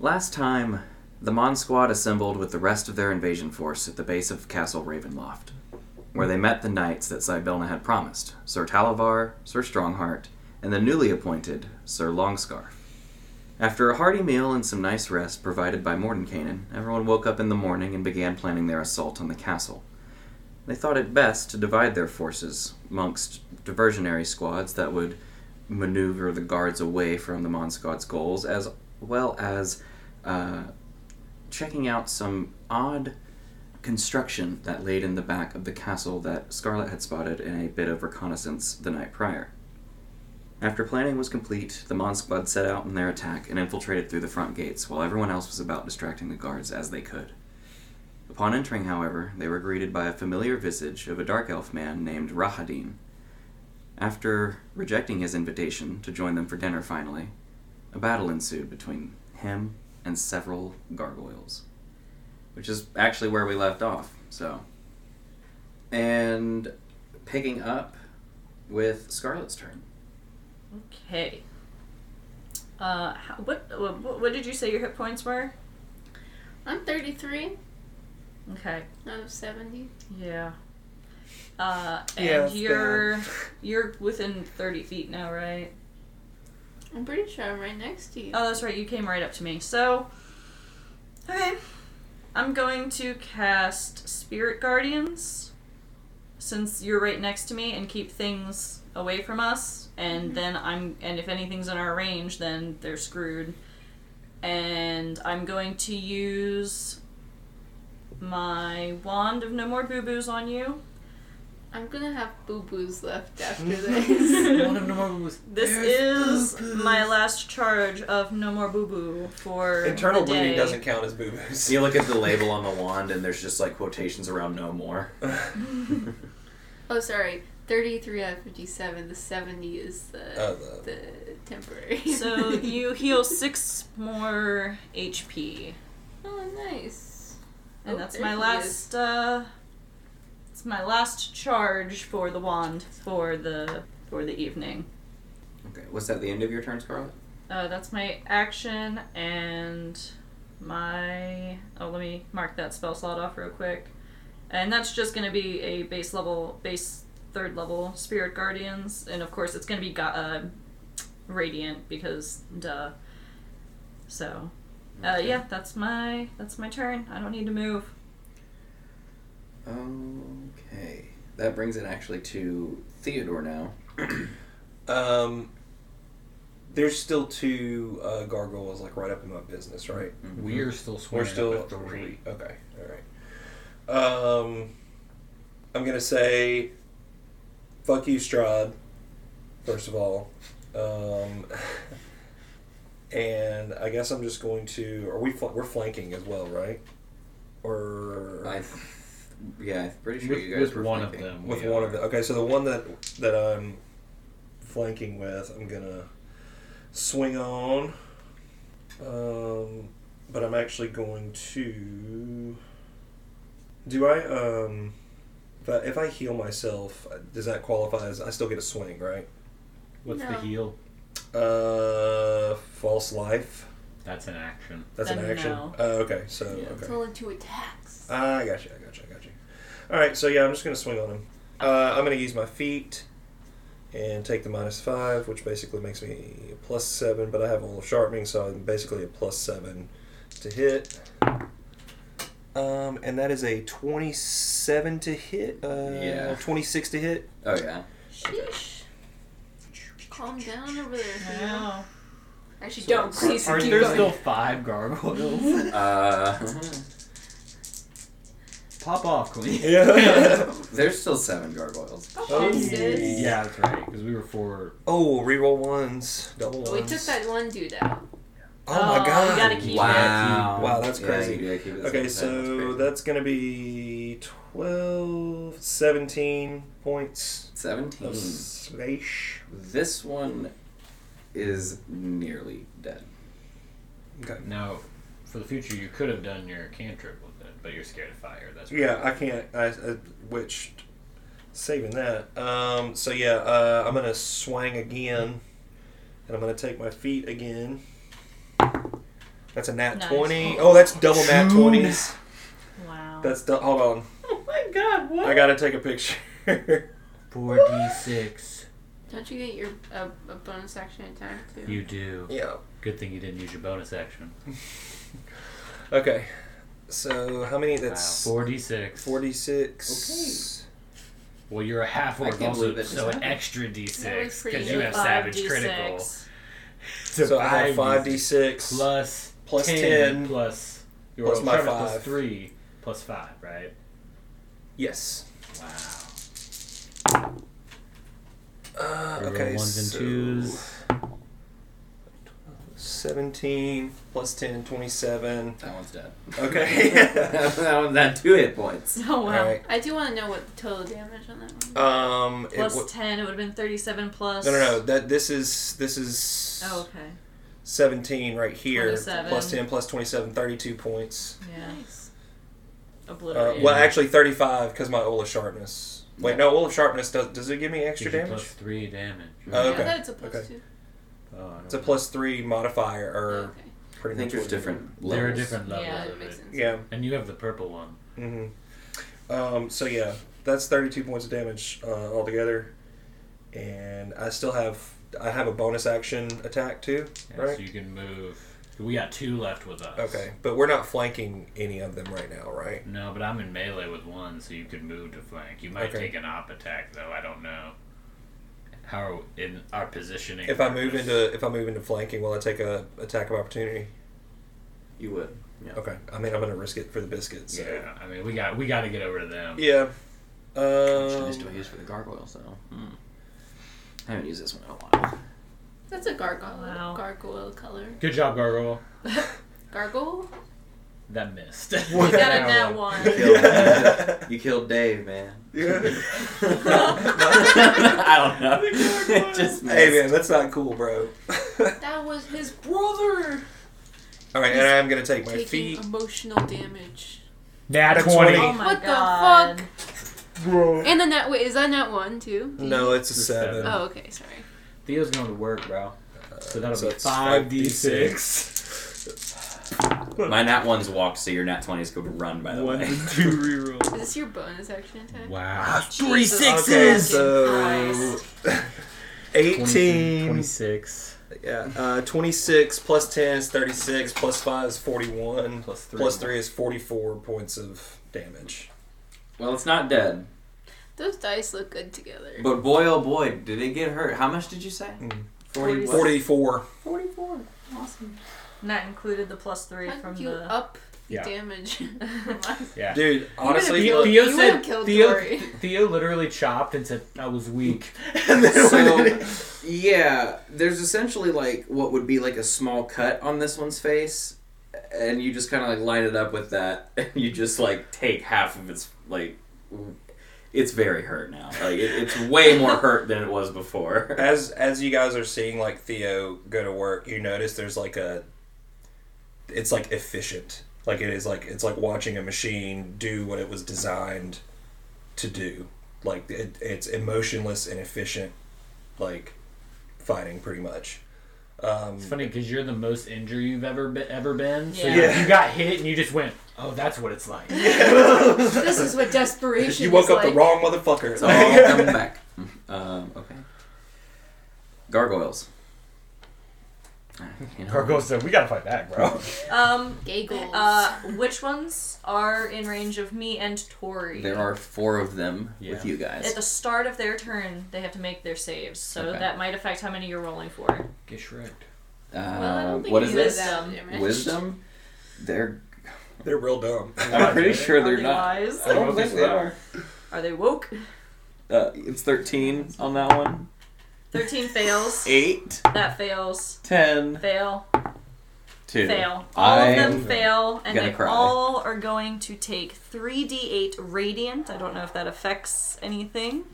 Last time, the Mon Squad assembled with the rest of their invasion force at the base of Castle Ravenloft, where they met the knights that Sibelna had promised Sir Talivar, Sir Strongheart, and the newly appointed Sir Longscarf. After a hearty meal and some nice rest provided by Mordenkainen, everyone woke up in the morning and began planning their assault on the castle. They thought it best to divide their forces amongst diversionary squads that would maneuver the guards away from the Monsquad's goals, as well as uh, checking out some odd construction that laid in the back of the castle that Scarlet had spotted in a bit of reconnaissance the night prior. After planning was complete, the Mon Squad set out on their attack and infiltrated through the front gates, while everyone else was about distracting the guards as they could. Upon entering, however, they were greeted by a familiar visage of a dark elf man named Rahadin. After rejecting his invitation to join them for dinner finally, a battle ensued between him and several gargoyles, which is actually where we left off, so. And picking up with Scarlet's turn. Okay. Uh, how, what, what what did you say your hit points were? I'm 33 Okay. out of 70. Yeah. Uh, and Yeah, it's you're you're within thirty feet now, right? I'm pretty sure I'm right next to you. Oh, that's right. You came right up to me. So, okay, I'm going to cast Spirit Guardians since you're right next to me and keep things away from us. And then I'm and if anything's in our range, then they're screwed. And I'm going to use my wand of no more boo boos on you. I'm gonna have boo boos left after this. Mm-hmm. One of them was. This is my last charge of no more boo boo for Internal the bleeding day. doesn't count as boo boos. So you look at the label on the wand, and there's just like quotations around no more. oh, sorry. 33 out of 57. The 70 is the, Oh, the- the temporary. So you heal six more HP, Oh, nice. and Oh, that's there my he last. Uh, it's my last charge for the wand for the for the evening. Okay, was that the end of your turn, Scarlet? Uh, that's my action and my. Oh, let me mark that spell slot off real quick. And that's just going to be a base level, base third level Spirit Guardians. And of course, it's going to be ga- uh, Radiant because duh. So. Uh, Okay. yeah, that's my that's my turn. I don't need to move. Okay. That brings it actually to Theodore now. Um, there's still two uh, gargoyles like right up in my business, right? Mm-hmm. We are still Mm-hmm. We're swearing. still at three. Okay, all right. Um, I'm gonna say, fuck you, Strahd. First of all, um, and I guess I'm just going to. Are we? Fl- we're flanking as well, right? Or I th- yeah, I'm pretty sure With, you guys with were one flanking. of them. with we one are. of the okay so the one that that i'm flanking with i'm gonna swing on um but i'm actually going to do i um if I, if I heal myself does that qualify as i still get a swing right What's No. the heal? uh false life That's an action. that's an Then action no. uh, okay so Yeah. okay Ah, It's only two attacks. I got you. I got you. I got you. All right. So yeah, I'm just gonna swing on him. Uh, I'm gonna use my feet and take the minus five, which basically makes me a plus seven. But I have a little sharpening, so I'm basically a plus seven to hit. Um, and that is a 27 to hit. Uh, Yeah. 26 to hit. Oh yeah. Sheesh. Calm down over there. Theo. No. Actually, So don't. it's- Please Aren't keep there going. still five gargoyles? Uh, Pop off, Queen. Yeah. there's still seven gargoyles. Oh, sis. Yeah, that's right. Because we were four. oh, reroll ones, double ones. Oh, We took that one dude out. Oh my Oh, god! you gotta keep Wow. Wow, that's Yeah, crazy. you gotta keep it the Okay, same time, so crazy. that's going to be 12, 17 points seventeen. of slash. This one is nearly dead. Okay. Now, for the future, you could have done your cantrip with it, but you're scared of fire. That's right. Yeah, I can't. I, I which saving that. Um, so yeah, uh, I'm going to swang again, and I'm going to take my feet again. That's a nat Nice. twenty. Oh, that's double nat True twenties. Wow. That's du- hold on. oh my god, what? I gotta take a picture. Four d six. Don't you get your a, a bonus action attack too? You do. yeah. Good thing you didn't use your bonus action. Okay. So how many? That's Four d six. forty-six. Well, you're a half I orc can't also, believe it just so an happened. extra That d was six pretty because you good. have Five savage D6. critical. So I have five d six. plus Plus 10. plus your Plus my Travis five. plus three plus five, right? Yes. Wow. Uh, Your okay. little ones and so twos. Seventeen plus 10, 27. That one's dead. Okay. that one's had two hit points. Oh All wow. right. I do want to know what the total damage on that one. Um. it Plus wa- ten, it would have been thirty-seven plus. no, no, no. That this is this is Oh okay. 17 right here 27. plus 10 plus 27 32 points Yeah. Nice. uh, Obliterated. well actually 35 because my ola sharpness wait no ola sharpness does, does it give me extra Gives you damage Plus three damage. Oh, I okay thought it's a plus okay. two. Oh, I it's a don't plus 3 modifier or okay. I pretty think there's much what it is. different know. levels. There are different levels Yeah, that of makes it. sense. yeah And you have the purple one. hmm um, so yeah that's 32 points of damage uh, altogether and i still have i have a bonus action attack too Yeah, right So you can move. We got two left with us. okay but we're not flanking any of them right now right No, but I'm in melee with one, so you could move to flank. You might Okay. take an op attack, though. I don't know. How are we- in our positioning? if i move works. into if i move into flanking will i take a attack of opportunity You would. Yeah. Okay. I mean, I'm gonna risk it for the biscuits. So. yeah, I mean, we got we got to get over to them. Yeah. Which dice do I Um, use for the gargoyles though? Hmm. I haven't used this one in a while. That's a gargoyle. Wow. Gargoyle color. Good job, Gargoyle. Gargoyle. That missed. What? got a nat one. Yeah. You killed Dave, man. Yeah. I don't know. The gargoyle. Just hey missed. man, that's not cool, bro. That was his brother. All right, and I am gonna take my Taking feet. emotional damage. Nat Nat 20. Oh my What the god. fuck? Bro. And then that wait, is that not one too? No, it's a It's a seven. seven. Oh, okay. Sorry. Theo's going to work, bro. So that'll So be it's five d six. 5d6. My nat ones walked, so your nat twenties could run. By the way. two reroll. Is this your bonus action attack? Wow. Three Ah, Okay, so eighteen. Twenty six. Yeah, uh, twenty-six plus ten is thirty-six. Plus five is forty-one. Plus three. Plus three is forty-four points of damage. Well, it's not dead. Those dice look good together. But boy, oh boy, did it get hurt. How much did you say? Mm. Forty. what? Forty-four. Forty-four. Awesome. And that included the plus three How from could you Oh. the. up the Yeah. damage? Yeah. Dude, honestly, Theo, You Theo would've said killed Theo, Dory. Theo literally chopped and said I was weak. So, yeah, there's essentially like what would be like a small cut on this one's face, and you just kind of like line it up with that, and you just like take half of its like. It's very hurt now. Like it, it's way more hurt than it was before. as as you guys are seeing like Theo go to work, you notice there's like a it's like efficient. Like it is like it's like watching a machine do what it was designed to do. Like it, it's emotionless and efficient like fighting pretty much. Um It's funny because you're the most injured you've ever been, ever been. So Yeah. you- Yeah. you got hit and you just went, "Oh, that's what it's like." this is what desperation. you woke is up the like. wrong motherfucker. It's all Oh, coming back. Um, okay. Gargoyles. Uh, you know, said, "We gotta fight back, bro." Um, Gaggles. uh, which ones are in range of me and Tori? There are four of them with Yeah. you guys. At the start of their turn, they have to make their saves, so Okay. that might affect how many you're rolling for. Get shreked. Uh, well, I don't think what you is did this? that Wisdom. damage. Wisdom? They're. They're real dumb. I'm pretty sure are they're they not. Uh, wise? I don't think they are. Are they woke? Uh, it's 13 on that one. Thirteen fails. 8, That fails. 10, Fail. 2. Fail. All I of am them fail, and gonna they cry. all are going to take 3d8 radiant. I don't know if that affects anything.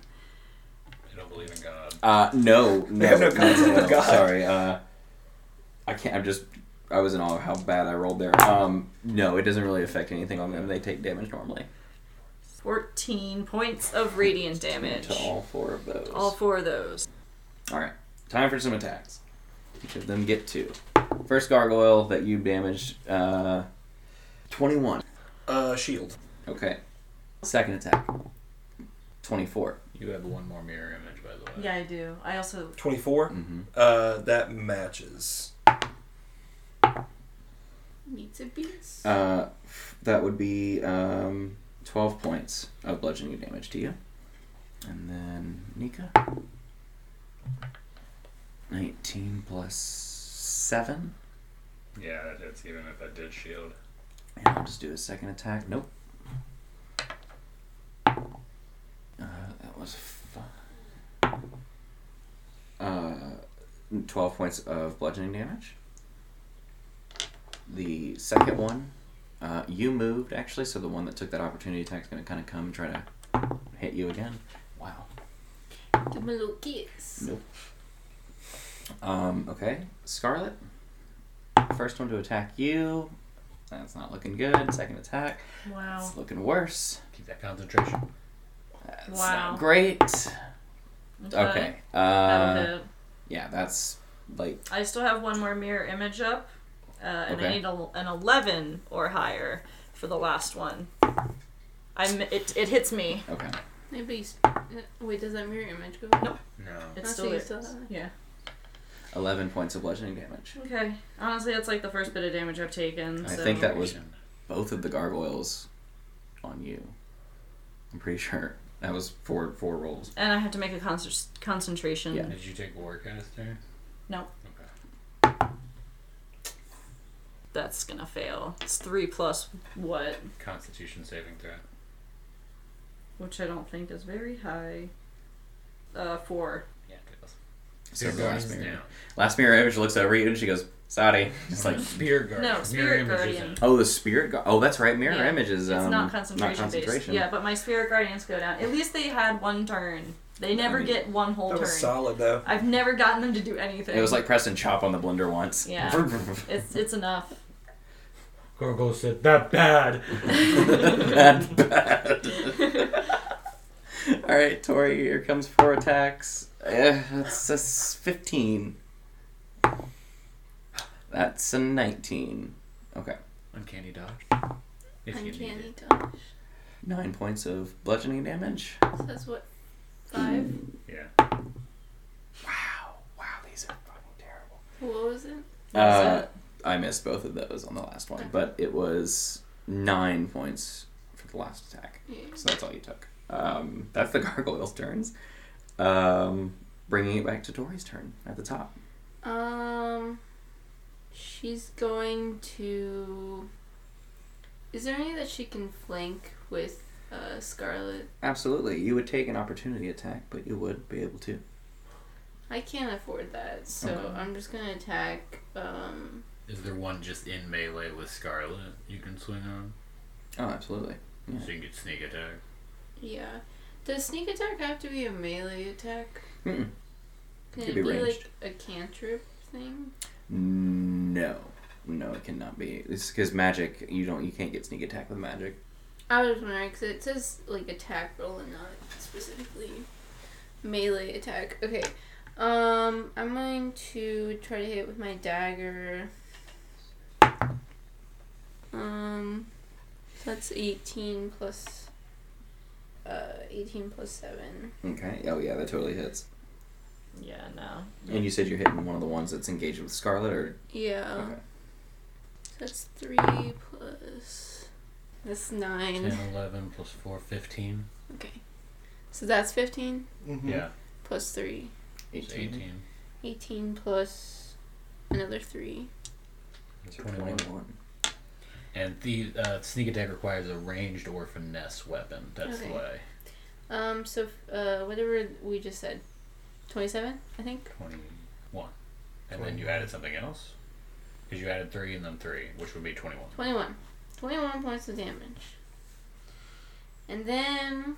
I don't believe in God. Uh, no, no. have no no, concept no, of no, God. Sorry. Uh, I can't. I'm just. I was in awe of how bad I rolled there. Um, no, it doesn't really affect anything on them. They take damage normally. 14 points of radiant damage. To all four of those. All four of those. All right. Time for some attacks. Each of them get two. First gargoyle that you damaged, uh, 21. Uh, shield. Okay. Second attack, 24. You have one more mirror image, by the way. Yeah, I do. I also 24. Mm-hmm. Uh, that matches. Meets a beast. Uh, f- that would be um, 12 points of bludgeoning damage to you. And then Nika. 19 plus 7. Yeah, that hits even if I did shield. And I'll just do a second attack. Nope. Uh, that was fun. Uh, 12 points of bludgeoning damage. The second one, uh, you moved actually, so the one that took that opportunity attack is going to kind of come and try to hit you again. Wow. The little kids. Nope. Um, okay, Scarlet. First one to attack you. That's not looking good. Second attack. wow. It's looking worse. Keep that concentration. That's Wow. Uh, not great. Okay. That'll Uh, hit. yeah, that's like I still have one more mirror image up, uh, and I Okay. need a, an eleven or higher for the last one. I'm it. It hits me. okay. Maybe. You s- uh, wait, does that mirror image go? Nope. No. It's Oh, so still, you there. still have it. yeah. Eleven points of bludgeoning damage. Okay. Honestly, that's like the first bit of damage I've taken. I so. think that was both of the gargoyles on you. I'm pretty sure that was four four rolls. And I have to make a concert concentration. Yeah. Did you take Warcast there? No. Okay. That's gonna fail. It's three plus what, Constitution saving throw. which I don't think is very high. Uh, four. Yeah, it does. So the last mirror, down. last mirror image looks over you and she goes, "Sorry." Just like, Spear Guardian. No, Mirror Spirit image Guardian. isn't. oh, the spirit. Gar- oh, that's right. Mirror Yeah. image is It's um, not concentration, based. concentration. Yeah, but my spirit guardians go down. At least they had one turn. They never mean, get one whole That turn. was solid, though. I've never gotten them to do anything. It was like press and chop on the blender once. Yeah. it's it's enough. Gargoyle said that bad. that bad. All right, Tori, here comes four attacks. Eh, that's a s- 15. That's a 19. Okay. Uncanny dodge. If you need Uncanny it. dodge. Nine points of bludgeoning damage. So that's what? Five? Yeah. Wow. Wow, these are fucking terrible. What was it? Uh, I missed both of those on the last one, but it was nine points for the last attack. Yeah. So that's all you took. Um, that's the gargoyle's turns. Um, bringing it back to Dory's turn at the top. Um, she's going to. Is there any that she can flank with uh, Scarlet? Absolutely. You would take an opportunity attack, but you would be able to. I can't afford that, so Okay. I'm just gonna attack. Um, Is there one just in melee with Scarlet you can swing on? Oh, absolutely. Yeah. So you can get sneak attack. yeah. Does sneak attack have to be a melee attack? Mm-mm. Can Could it be be, ranged. like a cantrip thing? No. No, it cannot be. It's because magic. You don't. You can't get sneak attack with magic. I was wondering because it says like attack roll and not specifically melee attack. Okay, um, I'm going to try to hit it with my dagger. Um, so that's 18 plus. Uh, 18 plus 7. Okay. Oh yeah, that totally hits. yeah, no. And you said you're hitting one of the ones that's engaged with Scarlet, or Yeah. Okay. So that's 3 plus. That's 9. 10, 11 plus 4, 15. Okay. So that's 15 Mm-hmm. Yeah. plus 3. It's 18. 18 plus another 3. It's 21. Twenty-one. And the uh, sneak attack requires a ranged or finesse weapon. That's Okay. why. Um, so, uh, whatever we just said. 27, I think? 21. And then you added something else? Because you added 3 and then 3, which would be 21. 21. 21 points of damage. And then.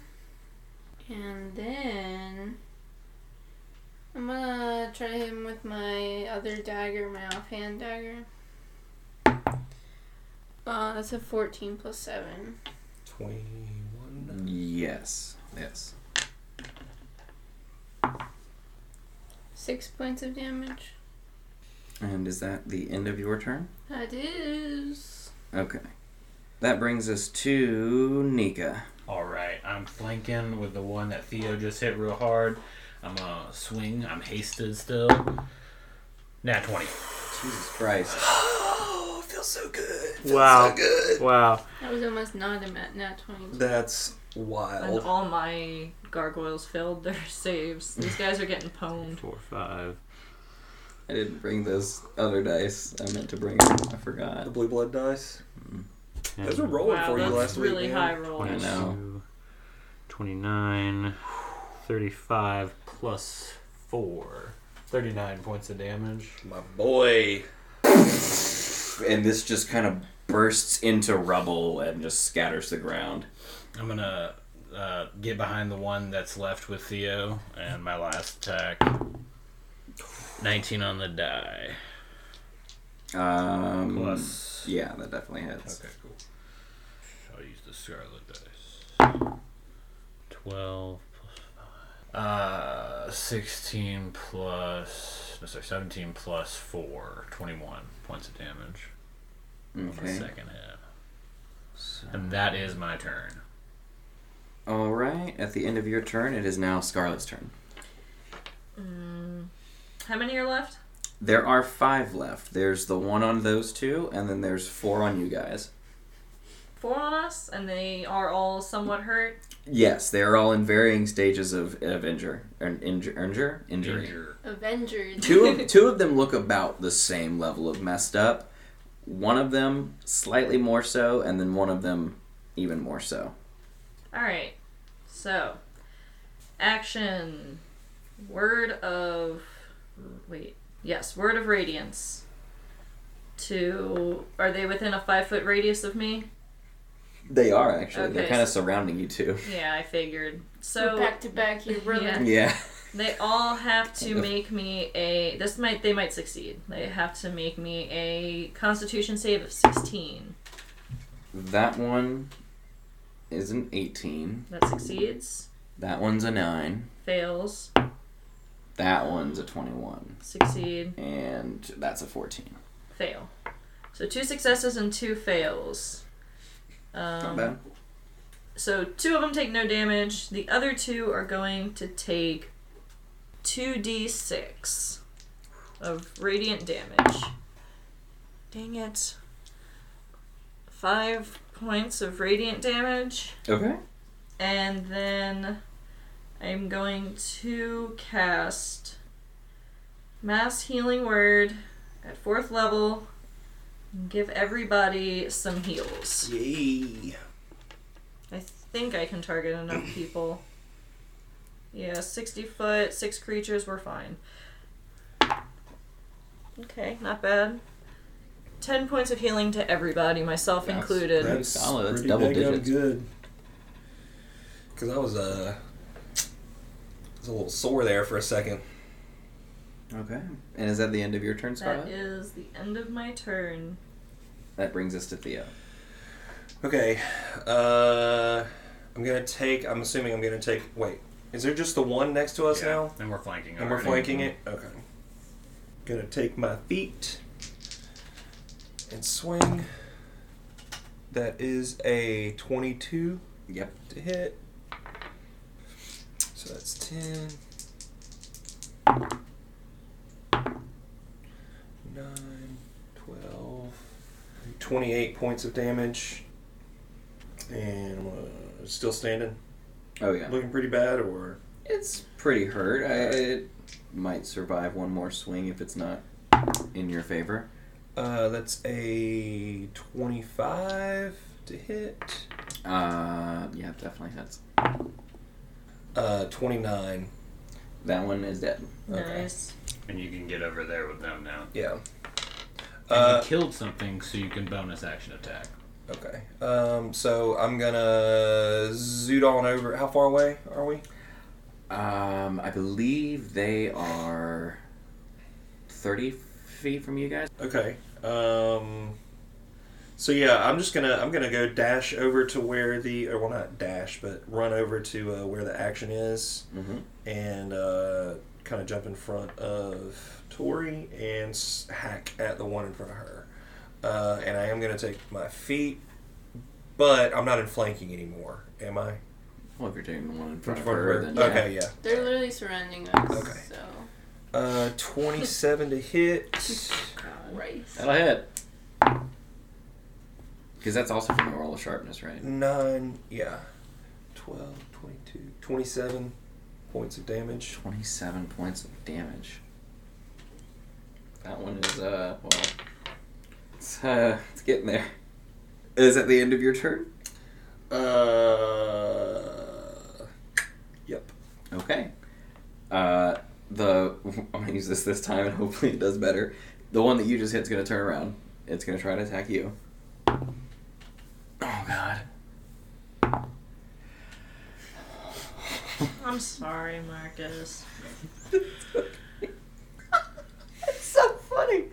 And then. I'm gonna try to hit him with my other dagger, my offhand dagger. Uh, that's a 14 plus 7. 21. Yes. Yes. 6 points of damage. And is that the end of your turn? That is. Okay. That brings us to Nika. All right, I'm flanking with the one that Theo just hit real hard. I'm gonna swing. I'm hasted still. Nat twenty. Jesus Christ. Oh, it feels so good. Wow. good. Wow. That was almost not a mat, not 20. That's And wild. all my gargoyles failed their saves. These guys are getting pwned. Four, five. I didn't bring those other dice I meant to bring. Them. I forgot. The blue blood dice. Those were rolling Wow, for you that's last week. really man. high roll. I know. 22, 29, 35 plus 4. 39 points of damage. My boy. And this just kind of bursts into rubble and just scatters the ground. I'm gonna uh, get behind the one that's left with Theo, and my last attack. 19 on the die. Um, Plus. Yeah, that definitely hits. Okay, cool. I'll use the scarlet dice. 12 plus 5. Uh, 16 plus. No, sorry, 17 plus 4. 21 points of damage. on the Okay. second hit. And that is my turn. All right. At the end of your turn, it is now Scarlet's turn. How many are left? There are five left. There's the one on those two, and then there's four on you guys. Four on us, and they are all somewhat hurt. Yes, they are all in varying stages of, of injure, and injure, injure, injury. Injure. Avengers. two of, two of them look about the same level of messed up. One of them slightly more so, and then one of them even more so. All right. So, action. Word of wait. Yes, word of radiance. To are they within a five foot radius of me? They are actually. They're Okay. kind of surrounding you too. Yeah, I figured. So so back to back, you brother. Yeah. Yeah. They all have to make me a. This might they might succeed. They have to make me a Constitution save of sixteen. That one is an 18. That succeeds. That one's a 9. Fails. That one's a 21. Succeed. And that's a 14. Fail. So two successes and two fails. Not Um, bad. So two of them take no damage. The other two are going to take two d six of radiant damage. Dang it! Five points of radiant damage. Okay. And then I'm going to cast Mass Healing Word at fourth level. and Give everybody some heals. Yay. I think I can target enough people. Yeah, 60 foot, six creatures, we're fine. Okay, not bad. 10 points of healing to everybody, myself That's included. Pretty solid, that's double big, I'm digits. good. Because I was uh, I was a little sore there for a second. Okay. And is that the end of your turn, Scarlet? That is the end of my turn. That brings us to Theo. Okay. Uh, I'm gonna take. I'm assuming I'm gonna take. Wait, is there just the one next to us Yeah, now? And we're flanking. And we're already. flanking it. Okay. Gonna take my feet and swing. That is a 22 Yep. to hit. So that's 10. 9, 12, 28 points of damage. And I'm uh, still standing. Oh, yeah. Looking pretty bad, or. It's pretty hurt. I, it might survive one more swing if it's not in your favor. Uh, that's a 25 to hit. Uh, yeah, definitely hits. Uh, 29. That one is dead. Okay. Nice. And you can get over there with them now. Yeah. And Uh, you killed something, so you can bonus action attack. Okay. Um, so I'm gonna zoot on over. How far away are we? Um, I believe they are thirty feet from you guys. Okay. Um, so yeah, I'm just gonna I'm gonna go dash over to where the or well not dash but run over to uh, where the action is Mm-hmm. and uh, kind of jump in front of Tori and s- hack at the one in front of her. Uh, and I am going to take my feet, but I'm not in flanking anymore, am I? Well, if you're taking the one in front of Front of her, her. then Okay, yeah. They're literally surrounding us. Okay. So, Uh, 27 to hit. Christ. That'll hit. Because that's also from the roll of sharpness, right? 9, yeah. 12, 22, 27 points of damage. 27 points of damage. That one is, uh, well, it's, uh, it's getting there. Is at the end of your turn? Uh, yep. Okay. Uh, the, I'm gonna use this this time and hopefully it does better. The one that you just hit's gonna turn around. It's gonna try to attack you. Oh god. I'm sorry, Marcus. It's so funny.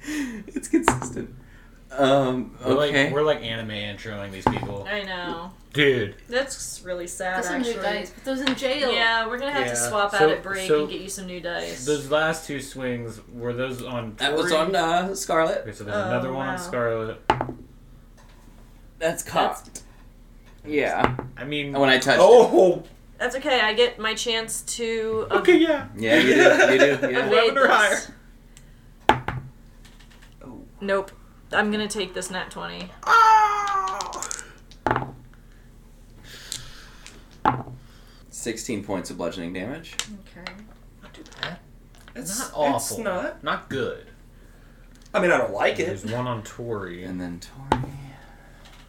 It's consistent. Um, We're okay. like we're like anime introing these people. I know. Dude. That's really sad, That's some new actually. dice. Put those in jail. Yeah, we're gonna have to Yeah. swap out So- at break so- and get you some new dice. Those last two swings were those on That was Tori? on uh, Scarlet. Okay, so there's Oh, another one wow. on Scarlet. That's cocked. Yeah. I mean When I touched it. Oh! That's okay. I get my chance to. av- Okay, yeah. Yeah, you do. You do. Yeah. evade or this. higher. Oh. Nope. I'm gonna take this nat twenty. Ah! 16 points of bludgeoning damage. Okay. Not too bad. It's not awful. It's not. Not good. I mean, I don't like it. There's one on Tori. And then Tori.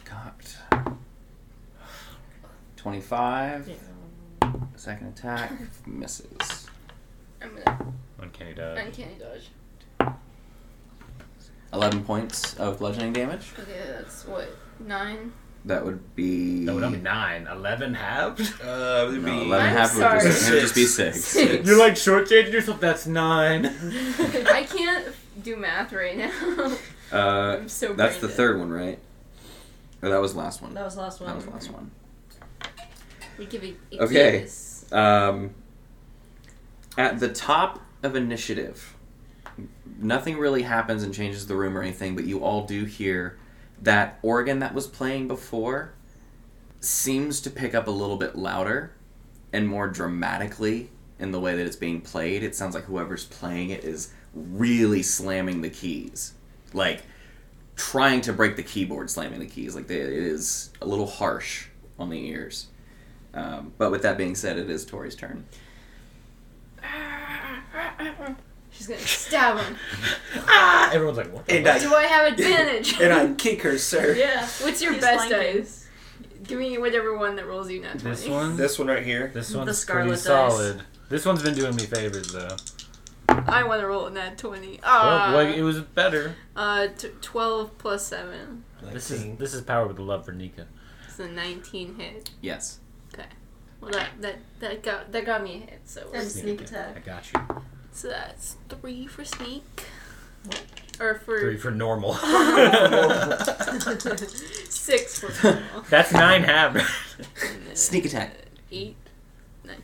Cocked. 25. Second attack. Misses. I'm gonna Uncanny Dodge. uncanny dodge. 11 points of bludgeoning damage. Okay, that's what nine. That would be. That would only be nine. Eleven halved? Uh, it would No, be. 11 I'm half would just, it sorry. would just be 6. Six. You're like shortchanging yourself. That's nine. I can't do math right now. Uh, I'm so. that's the brain dead. third one, right? Or that was last one. That was the last That was the one. last one. We give E it. it Okay. is. Um, at the top of initiative, nothing really happens and changes the room or anything, but you all do hear that organ that was playing before seems to pick up a little bit louder and more dramatically in the way that it's being played. It sounds like whoever's playing it is really slamming the keys. Like, trying to break the keyboard, slamming the keys. Like, they, it is a little harsh on the ears. Um, but with that being said, it is Tori's turn. She's gonna stab him. ah! Everyone's like, what? The And fuck? Do I, I have advantage? and I kick her, sir. Yeah. What's your He's best flanking. dice? Give me whatever one that rolls you not twenty. This one. This one right here. This one's Scarlet pretty dice. solid. This one's been doing me favors though. I want to roll a nat twenty. well, Ah. well, it was better. uh, t- twelve plus seven. This is this is power with the love for Nika. It's a nineteen hit. Yes. Well, that that that got that got me a hit. So And it's- sneak attack. I got you. so that's three for sneak. Or for Three for normal. six for normal. That's nine halved. And then Sneak attack. Eight. Nine.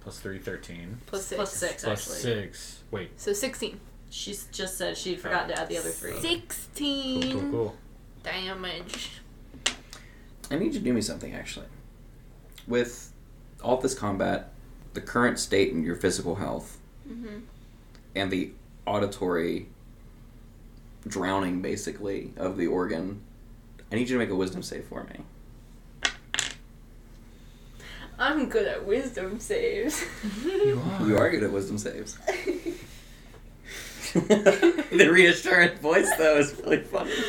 Plus three, thirteen. Plus six. Plus six, Plus actually. six. Wait. So sixteen. She just said she forgot to add the other three. Cool, Sixteen cool, cool. damage. I need you to do me something, actually. With all this combat, the current state in your physical health, Mm-hmm. and the auditory drowning, basically, of the organ, I need you to make a wisdom save for me. I'm good at wisdom saves. You are good at wisdom saves. the reassurance voice, though, is really funny.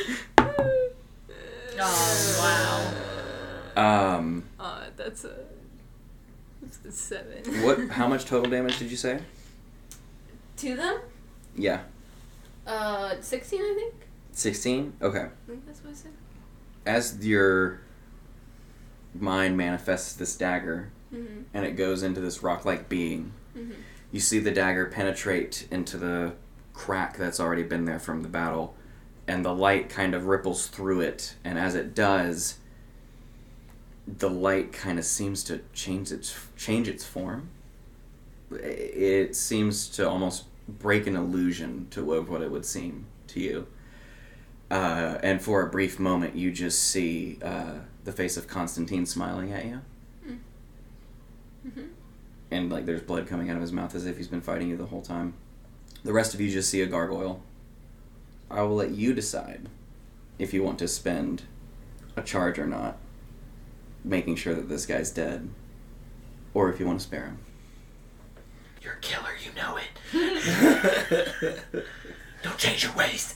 Oh Um, Uh, that's a, that's a seven. what? How much total damage did you say? to them? Yeah, Uh, sixteen, I think. sixteen. Okay. I think that's what I said. as your mind manifests this dagger Mm-hmm. and it goes into this rock like being, Mhm. you see the dagger penetrate into the crack that's already been there from the battle, and the light kind of ripples through it. And as it does, the light kind of seems to change its change its form, it seems to almost break an illusion to of what it would seem to you. Uh, and for a brief moment, you just see uh, the face of Constantine smiling at you. Mhm. And like there's blood coming out of his mouth as if he's been fighting you the whole time. The rest of you just see a gargoyle. I will let you decide if you want to spend a charge or not, making sure that this guy's dead, or if you want to spare him. You're a killer, you know it. Don't change your ways.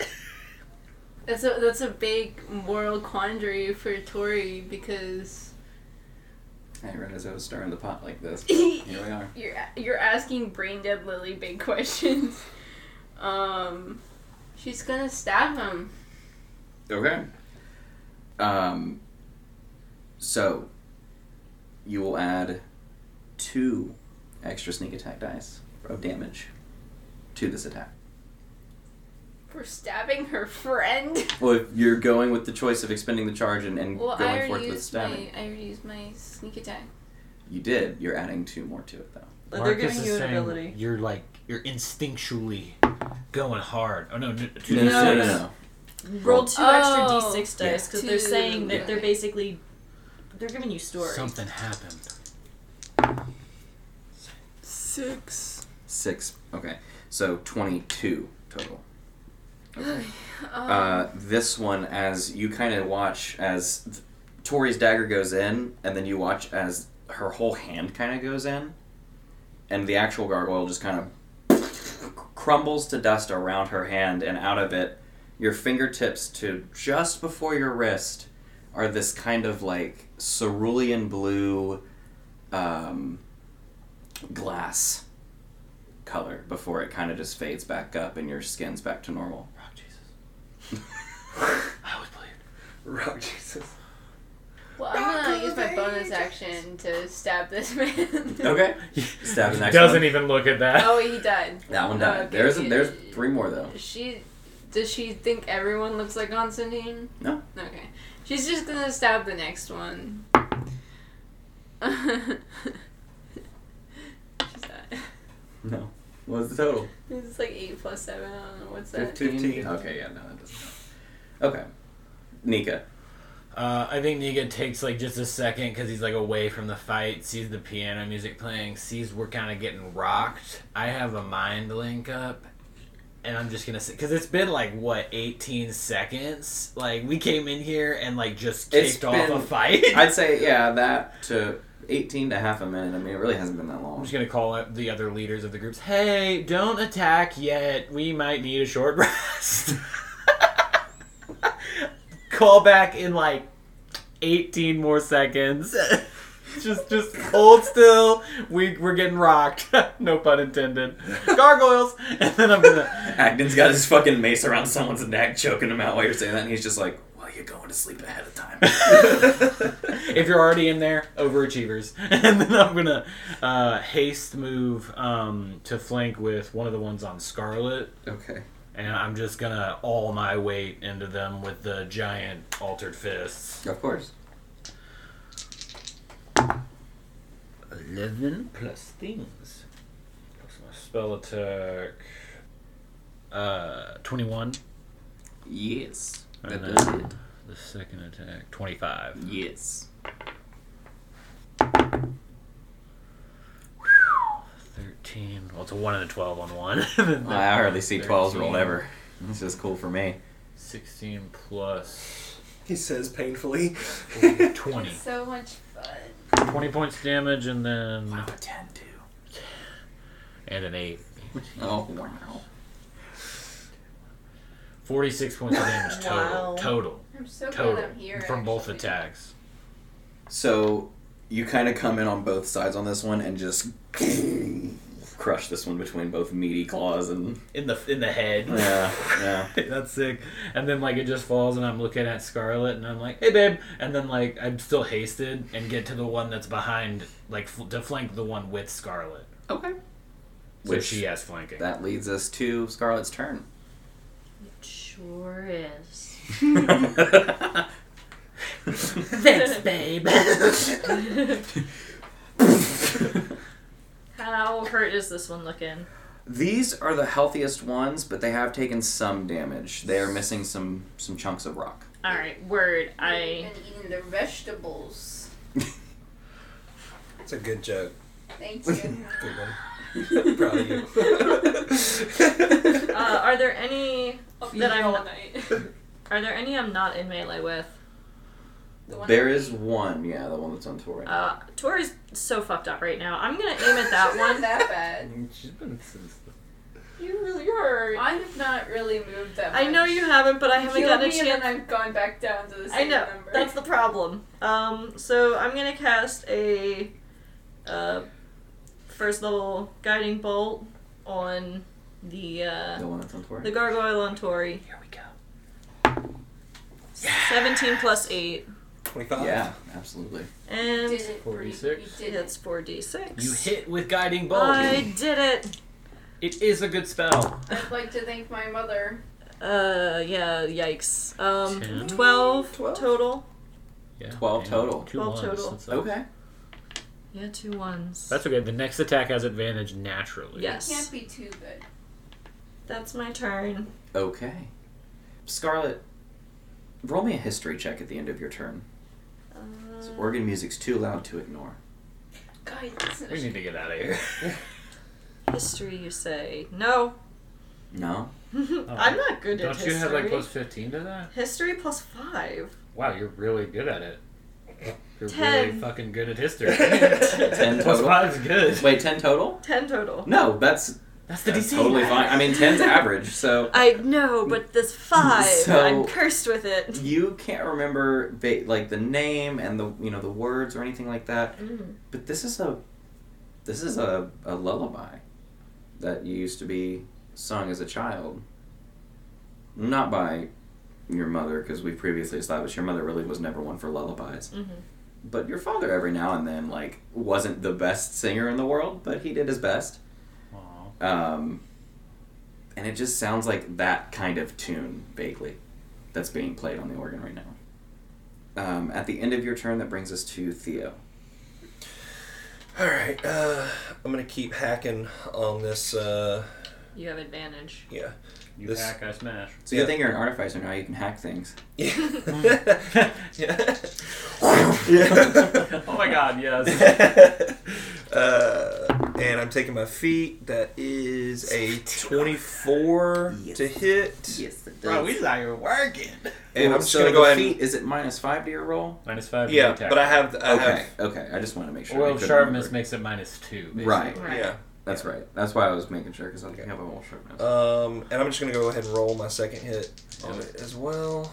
That's a that's a big moral quandary for Tori because I realized I was stirring the pot like this. but Here we you're are. you're asking brain dead Lily big questions. Um, she's gonna stab him. Okay. Um, so, you will add two extra sneak attack dice of damage to this attack. For stabbing her friend. Well, if you're going with the choice of expending the charge and, and Well, I going forth already with used stabbing, my I already used my sneak attack. you did. You're adding two more to it, though. But Marcus they're giving is you an saying ability. You're like you're instinctually going hard. Oh no, n- two No, d no, six. no, Roll two Oh. extra d6 dice because Yeah. they're saying Two. that they're basically they're giving you stories. Something happened. Six. Six. Okay. So 22 total. Um, Uh, this one as you kind of watch as th- Tori's dagger goes in, and then you watch as her whole hand kind of goes in, and the actual gargoyle just kind of crumbles to dust around her hand, and out of it, your fingertips to just before your wrist are this kind of like cerulean blue um, glass color before it kind of just fades back up and your skin's back to normal. Rock Jesus. I always believed. Rock Jesus. well, I'm gonna use my bonus action to stab this man. Okay. Stab the next Doesn't one. even look at that. oh, he died. That one Oh, died. okay. There's there's three more though. She does she think everyone looks like Constantine? No. Okay. She's just gonna stab the next one. She's not. No. What's the total? It's like eight plus seven. I don't know what's that. Fifteen. Fifteen. Okay. Yeah. No, that doesn't. Count. Okay. Nika. Uh, I think Nika takes like just a second because he's like away from the fight, sees the piano music playing, sees we're kind of getting rocked. I have a mind link up, and I'm just gonna say because it's been like what 18 seconds. Like we came in here and like just kicked It's off a been- fight. I'd say yeah that to eighteen to half a minute. I mean it really hasn't been that I'm long. just gonna call up the other leaders of the groups. Hey, don't attack yet. We might need a short rest. call back in like 18 more seconds. just, just hold still. We we're getting rocked. no pun intended. Gargoyles, and then I'm gonna. Acton's got his fucking mace around someone's neck, choking him out while you're saying that, and he's just like, "Well, you're going to sleep ahead of time." if you're already in there, overachievers. And then I'm gonna uh, haste move um, to flank with one of the ones on Scarlet. okay. and I'm just gonna all my weight into them with the giant altered fists. Of course. Eleven plus things. Plus my spell attack. Uh, twenty-one. Yes. That And does then it. the second attack, twenty-five. Yes. Thirteen. Well, it's a one and a twelve on one. And then I hardly see twelves roll 13. ever. This is cool for me. Sixteen plus He says painfully. twenty. So much fun. Twenty points of damage, and then a ten too. and an eight. Oh wow. Forty-six points of damage total. Wow. Total. I'm so Total. glad I'm here. From both actually. attacks. So you kind of come in on both sides on this one and just crush this one between both meaty claws and in the in the head. yeah, yeah. That's sick. And then like it just falls, and I'm looking at Scarlet, and I'm like, "Hey, babe!" And then like I'm still hasted and get to the one that's behind, like f- to flank the one with Scarlet, Okay. so Which she has flanking. that leads us to Scarlet's turn. Sure is. Thanks, babe. How hurt is this one looking? These are the healthiest ones, but they have taken some damage. They are missing some some chunks of rock. All right, word. I And eating the vegetables. It's a good joke. Thank you. Good one. Proud of you. uh, are there any that I'm all not, night. are there any I'm not in melee with? The one There is one, yeah, the one that's on tour right now. Uh, Tori's so fucked up right now. I'm gonna aim at that one. that bad. She's been since You really are. I have not really moved that much. I know you haven't, but I haven't Heal gotten a me and then chance. I've gone back down to the I same know number. that's the problem. Um, so I'm gonna cast a uh, first level guiding bolt on the uh, the one that's on tour. the gargoyle on Tori. Here we go. Seventeen plus eight, 25. Yeah, absolutely. and Did it, Bree. 46? You did it. it's four d six. You hit with guiding bolt. I did it. It is a good spell. I'd like to thank my mother. Uh, yeah. Yikes. Um, Ten. twelve, Twelve? total. Yeah. 12 and total. two 12 ones, total. that's it. Okay. Yeah, two ones. That's okay. The next attack has advantage naturally. It can't yes. be too good. That's my turn. Okay. Scarlet, roll me a history check at the end of your turn. So Uh, organ music's too loud to ignore. God, We it's- need to get out of here. history, you say? No. No? I'm not good at Oh. Don't history. you have like plus 15 to that? History plus five. Wow, you're really good at it. You're Ten. really fucking good at history. 10 Plus total? five's good. Wait, 10 total? Ten total. No, that's, That's the that's DC. totally fine. I mean, 10's average, so. I know, but this five, So- I'm cursed with it. You can't remember ba- like the name and the you know the words or anything like that. Mm-hmm. But this is a this is a, a lullaby that used to be sung as a child. Not by your mother, because we previously established your mother really was never one for lullabies. Mhm. But your father, every now and then, like wasn't the best singer in the world, but he did his best. Aw. Um, and it just sounds like that kind of tune vaguely that's being played on the organ right now. Um, at the end of your turn, that brings us to Theo. All right. Uh, I'm going to keep hacking on this. Uh, You have advantage. yeah. You This- hack, I smash. So you Yeah. think you're an artificer now? You can hack things. Yeah. yeah. oh my god, yes. uh, and I'm taking my feet. That is a 24 Yes. to hit. Yes, it not even working. And I'm just so going to go the ahead and. feet, is it minus five to your roll? Minus five. Yeah, attack. but I have. I okay, okay. I just want to make sure. I Oral couldn't sharpness remember. makes it minus two. Basically. Right. have. Yeah. That's right. That's why I was making sure because I think I have a oral sharpness. Um, and I'm just going to go ahead and roll my second hit on it as well.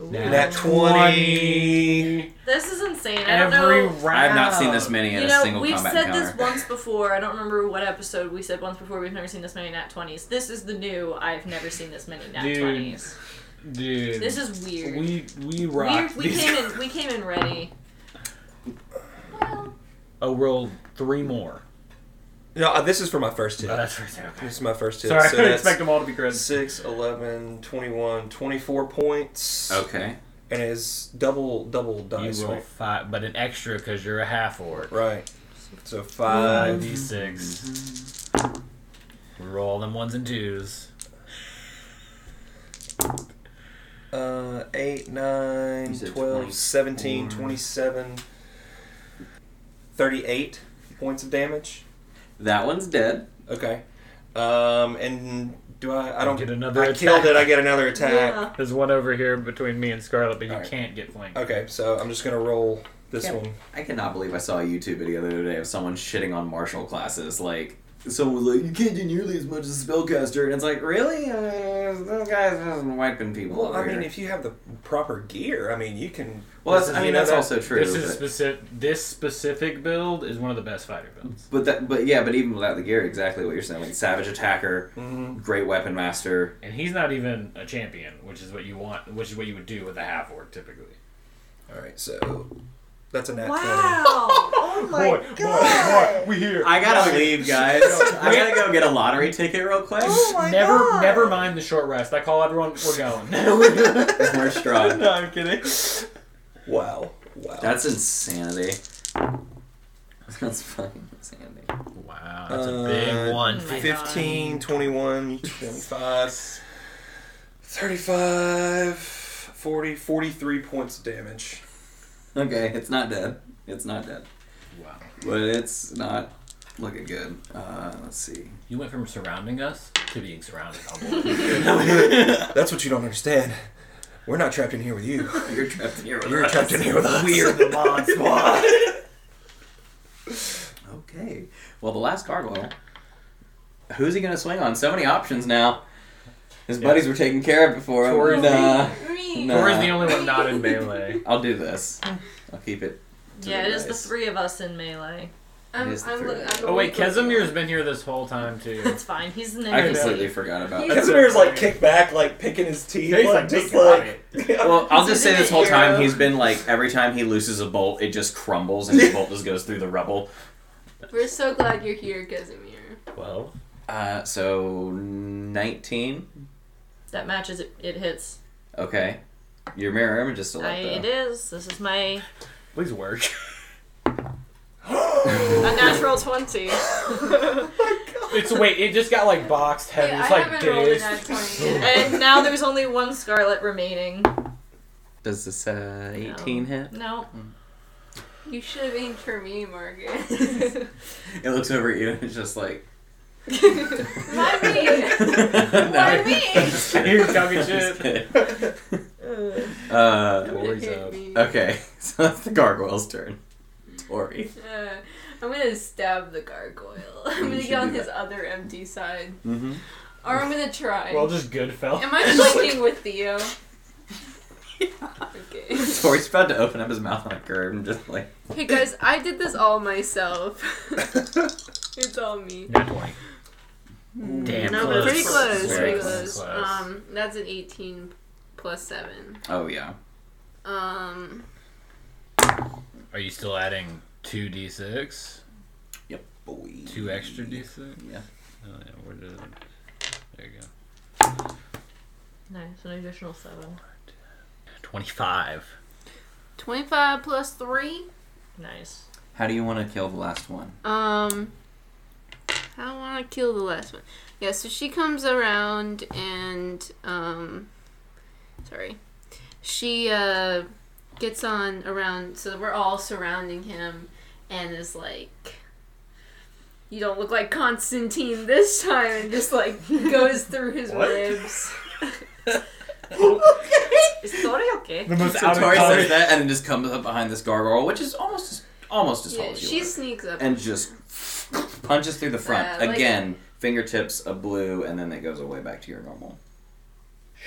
Nat Nat 20. This is insane. I don't Every know. round. I have not seen this many in You a know, single we've combat said encounter. this once before. I don't remember what episode we said once before. We've never seen this many nat 20s. This is the new, I've never seen this many nat Dude. 20s. Dude. This is weird. We we We- rocked. we these came in. We came in ready. Well, Oh, roll three more. No, uh, this is for my first hit. Oh, that's right. Okay. this is my first hit. Sorry, I so didn't that's expect them all to be creds. 6, 11, 21, 24 points. Okay. And it's double double dice. You roll right? five, but an extra because you're a half orc. Right. So Five five. d six. Roll them ones and twos. Uh, 8, You 9, said 12, 17, 24. 27, 38 points of damage. That one's dead. Okay. Um, and do I. I don't. Get another I attack. killed it, I get another attack. Yeah. There's one over here between me and Scarlet, but you Alright. can't get flanked. Okay, so I'm just going to roll this Yeah. one. I cannot believe I saw a YouTube video the other day of someone shitting on martial classes. Like, someone was like, "You can't do nearly as much as a spellcaster," and it's like, really? I mean, this guy's just wiping people Well, over I mean, here. if you have the proper gear, I mean, you can. well, that's, this I is, mean, you know, that's that- also true. This is but- specific. This specific build is one of the best fighter builds. But that, but yeah, but even without the gear, exactly what you're saying, like savage attacker, Mhm. great weapon master. And he's not even a champion, which is what you want, which is what you would do with a half orc typically. All right, so that's a nat Wow. oh my Oh boy, boy, we here. I gotta leave, guys. I gotta go get a lottery ticket real quick. Oh never, never mind the short rest. I call everyone. We're going. More strong. I'm kidding. 20. Wow. Wow. That's insanity. That's fine. That's handy. Wow, that's a big Uh, one. Oh my 15, God. 21, 25, 35, 40, 43 points of damage. Okay, it's not dead. It's not dead. Wow. But it's not looking good. Uh, let's see. You went from surrounding us to being surrounded. almost. That's what you don't understand. We're not trapped in here with you. You're trapped here with You're us. trapped in here with us. We're the Mon Squad. Okay. Well, the last gargoyle. Who's he going to swing on? So many options now. His buddies were taking care of it for him. Tori's Nah, Green. Nah. Or is the only one not in melee? I'll do this. I'll keep it. to Yeah, the it is the dice. three of us in melee. I'm, It is the I'm, third. look- I'm Oh wait, looking- Kezimir's been here this whole time too. That's fine. He's an I enemy. completely forgot about that. Casimir's like kicked back, like picking his teeth. He's like, like, just "Think about like. Well, I'll just He's say an this whole hero. time he's been like every time he looses a bolt, it just crumbles and the bolt just goes through the rubble. We're so glad you're here, Casimir. Twelve. Uh, so nineteen. That matches. It, it hits. Okay, your mirror image is still up I, though. it is. This is my Please work. natural 20. It's wait, it just got like boxed heavy. Yeah, it's I like haven't rolled a dazed. nat 20 yet. And now there's only one Scarlet remaining. Does this uh, eighteen hit? No. You should have aimed for me, Margaret. It looks over at you and it's just like. Why me? Why No. me? You're talking Just shit. kidding. uh, It Tori's hit up. me. okay, so that's the gargoyle's turn. Tori. Uh, I'm gonna stab the gargoyle. I'm gonna should get on do his other empty side. Mm-hmm. Or I'm gonna try. Well, just good fell. Am I flanking with Theo? Okay. Tori's about to open up his mouth on a curve and just like. Hey guys, I did this all myself. it's all me. Not twenty. Damn. no, close. pretty close. Very pretty close. close. Um, that's an 18 plus 7. Oh yeah. Um, Are you still adding two d six? Yep. Boy. Two extra d six? Yeah. Oh yeah, where did it? There you go. Nice. An additional seven. Twenty five. 25 plus 3. Nice. How do you want to kill the last one? Um, I don't want to kill the last one. Yeah, so she comes around and um, sorry, she uh gets on around so that we're all surrounding him and is like. You don't look like Constantine this time, and just like goes through his ribs. Is Tori okay? The most So Tori says that and just comes up behind this gargoyle, which is almost as, almost as tall Yeah, as you she are, sneaks up. and just punches through the front Uh, like- again. Fingertips a blue, and then it goes away back to your normal.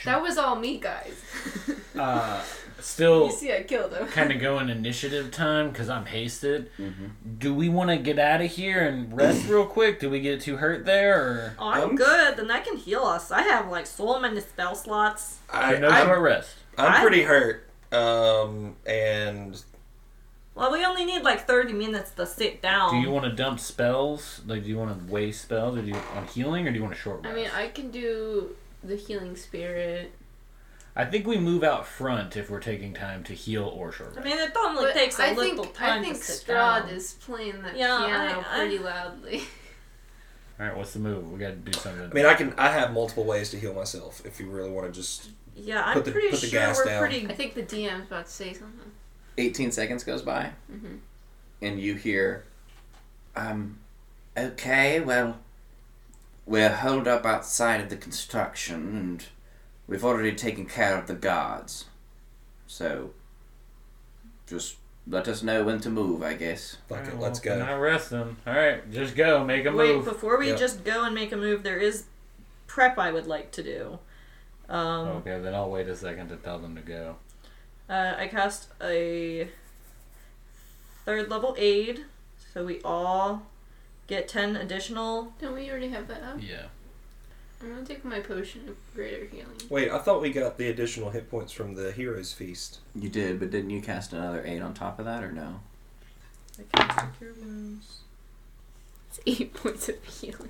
that was all me, guys. Uh, you still see, I killed him. kind of going initiative time because I'm hasted. Do we want to get out of here and rest real quick? Did we get too hurt there? Or? Oh, I'm Um, good. Then I can heal us. I have like so many spell slots. I, no I'm, short rest. I'm pretty hurt. Um, and Well, we only need like 30 minutes to sit down. Do you want to dump spells? Like, do you want to waste spells? Or do you on healing, or do you want a short I rest? mean, I can do the healing spirit. I think we move out front if we're taking time to heal or short I rest. mean, it only But takes a I little think, time I think to sit Strahd down. is playing that Yeah, piano I- I- pretty loudly. All right, what's the move? We got to do something. I mean, I can. I have multiple ways to heal myself. If you really want to just Yeah, I'm Put the- pretty put the sure gas we're down. I pretty. think the DM's about to say something. 18 seconds goes by, Mhm. and you hear, um, okay, well, we're holed up outside of the construction, and we've already taken care of the guards. So, just let us know when to move, I guess. fuck All it. right, Let's well, go. Not rest them. All right, just go. Make a Wait, move. before we Yeah. just go and make a move, there is prep I would like to do. Um, okay, then I'll wait a second to tell them to go. Uh, I cast a third level aid, so we all get 10 additional. Don't we already have that up? Yeah. I'm gonna take my potion of greater healing. Wait, I thought we got the additional hit points from the Heroes Feast. You did, but didn't you cast another 8 on top of that, or no? I cast Cure Wounds. It's eight points of healing.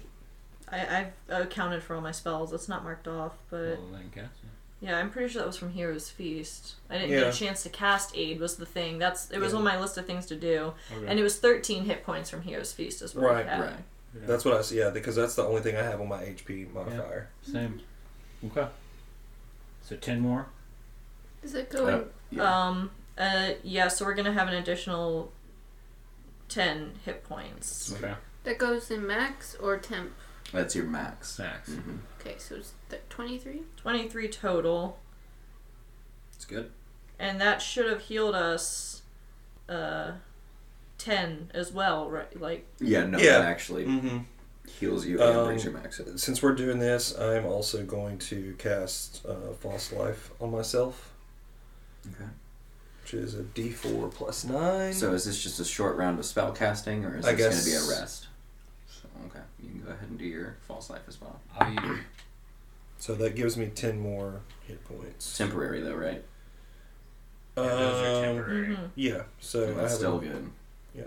I, I've accounted for all my spells. It's not marked off, but Well, then cast it. Yeah, I'm pretty sure that was from Heroes Feast. I didn't Yeah. get a chance to cast aid was the thing. That's it was Yeah. on my list of things to do, Okay. and it was 13 hit points from Heroes Feast as well. Right, right. That's what I see. Yeah, because that's the only thing I have on my HP modifier. Same. Okay. So ten more. Is it going? Yeah. Um. Uh. Yeah. So we're gonna have an additional 10 hit points. Okay. That goes in max or temp? That's your max. Max. Mhm. Okay, so it's th- 23? 23 total, It's good. and that should have healed us. Uh. 10 as well, right? Like Yeah, no, Yeah. that actually Mm-hmm. heals you and Um, brings your max up. Since we're doing this, I'm also going to cast uh, False Life on myself, Okay. which is a D4 plus nine. So is this just a short round of spell casting, or is I this going to be guess- a rest? So, okay, you can go ahead and do your false life as well. I'll use So that gives me ten more hit It's points. temporary though, right? those are Um, temporary. mhm. yeah. So I have that's still a, good. yeah.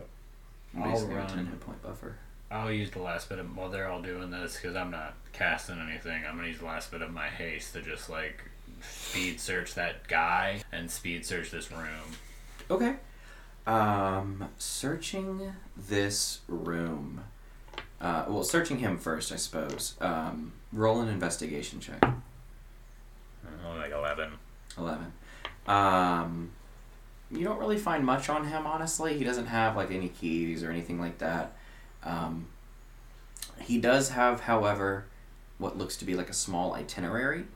I'll Basically, a run. ten hit point buffer. I'll use the last bit of while they're all doing this because I'm not casting anything. I'm gonna use the last bit of my haste to just like speed search that guy and speed search this room. Okay. Um, searching this room. Uh, well, searching him first, I suppose. Um, roll an investigation check. Only Oh, like eleven. 11. Um, you don't really find much on him, honestly. He doesn't have, like, any keys or anything like that. Um, he does have, however, what looks to be, like, a small itinerary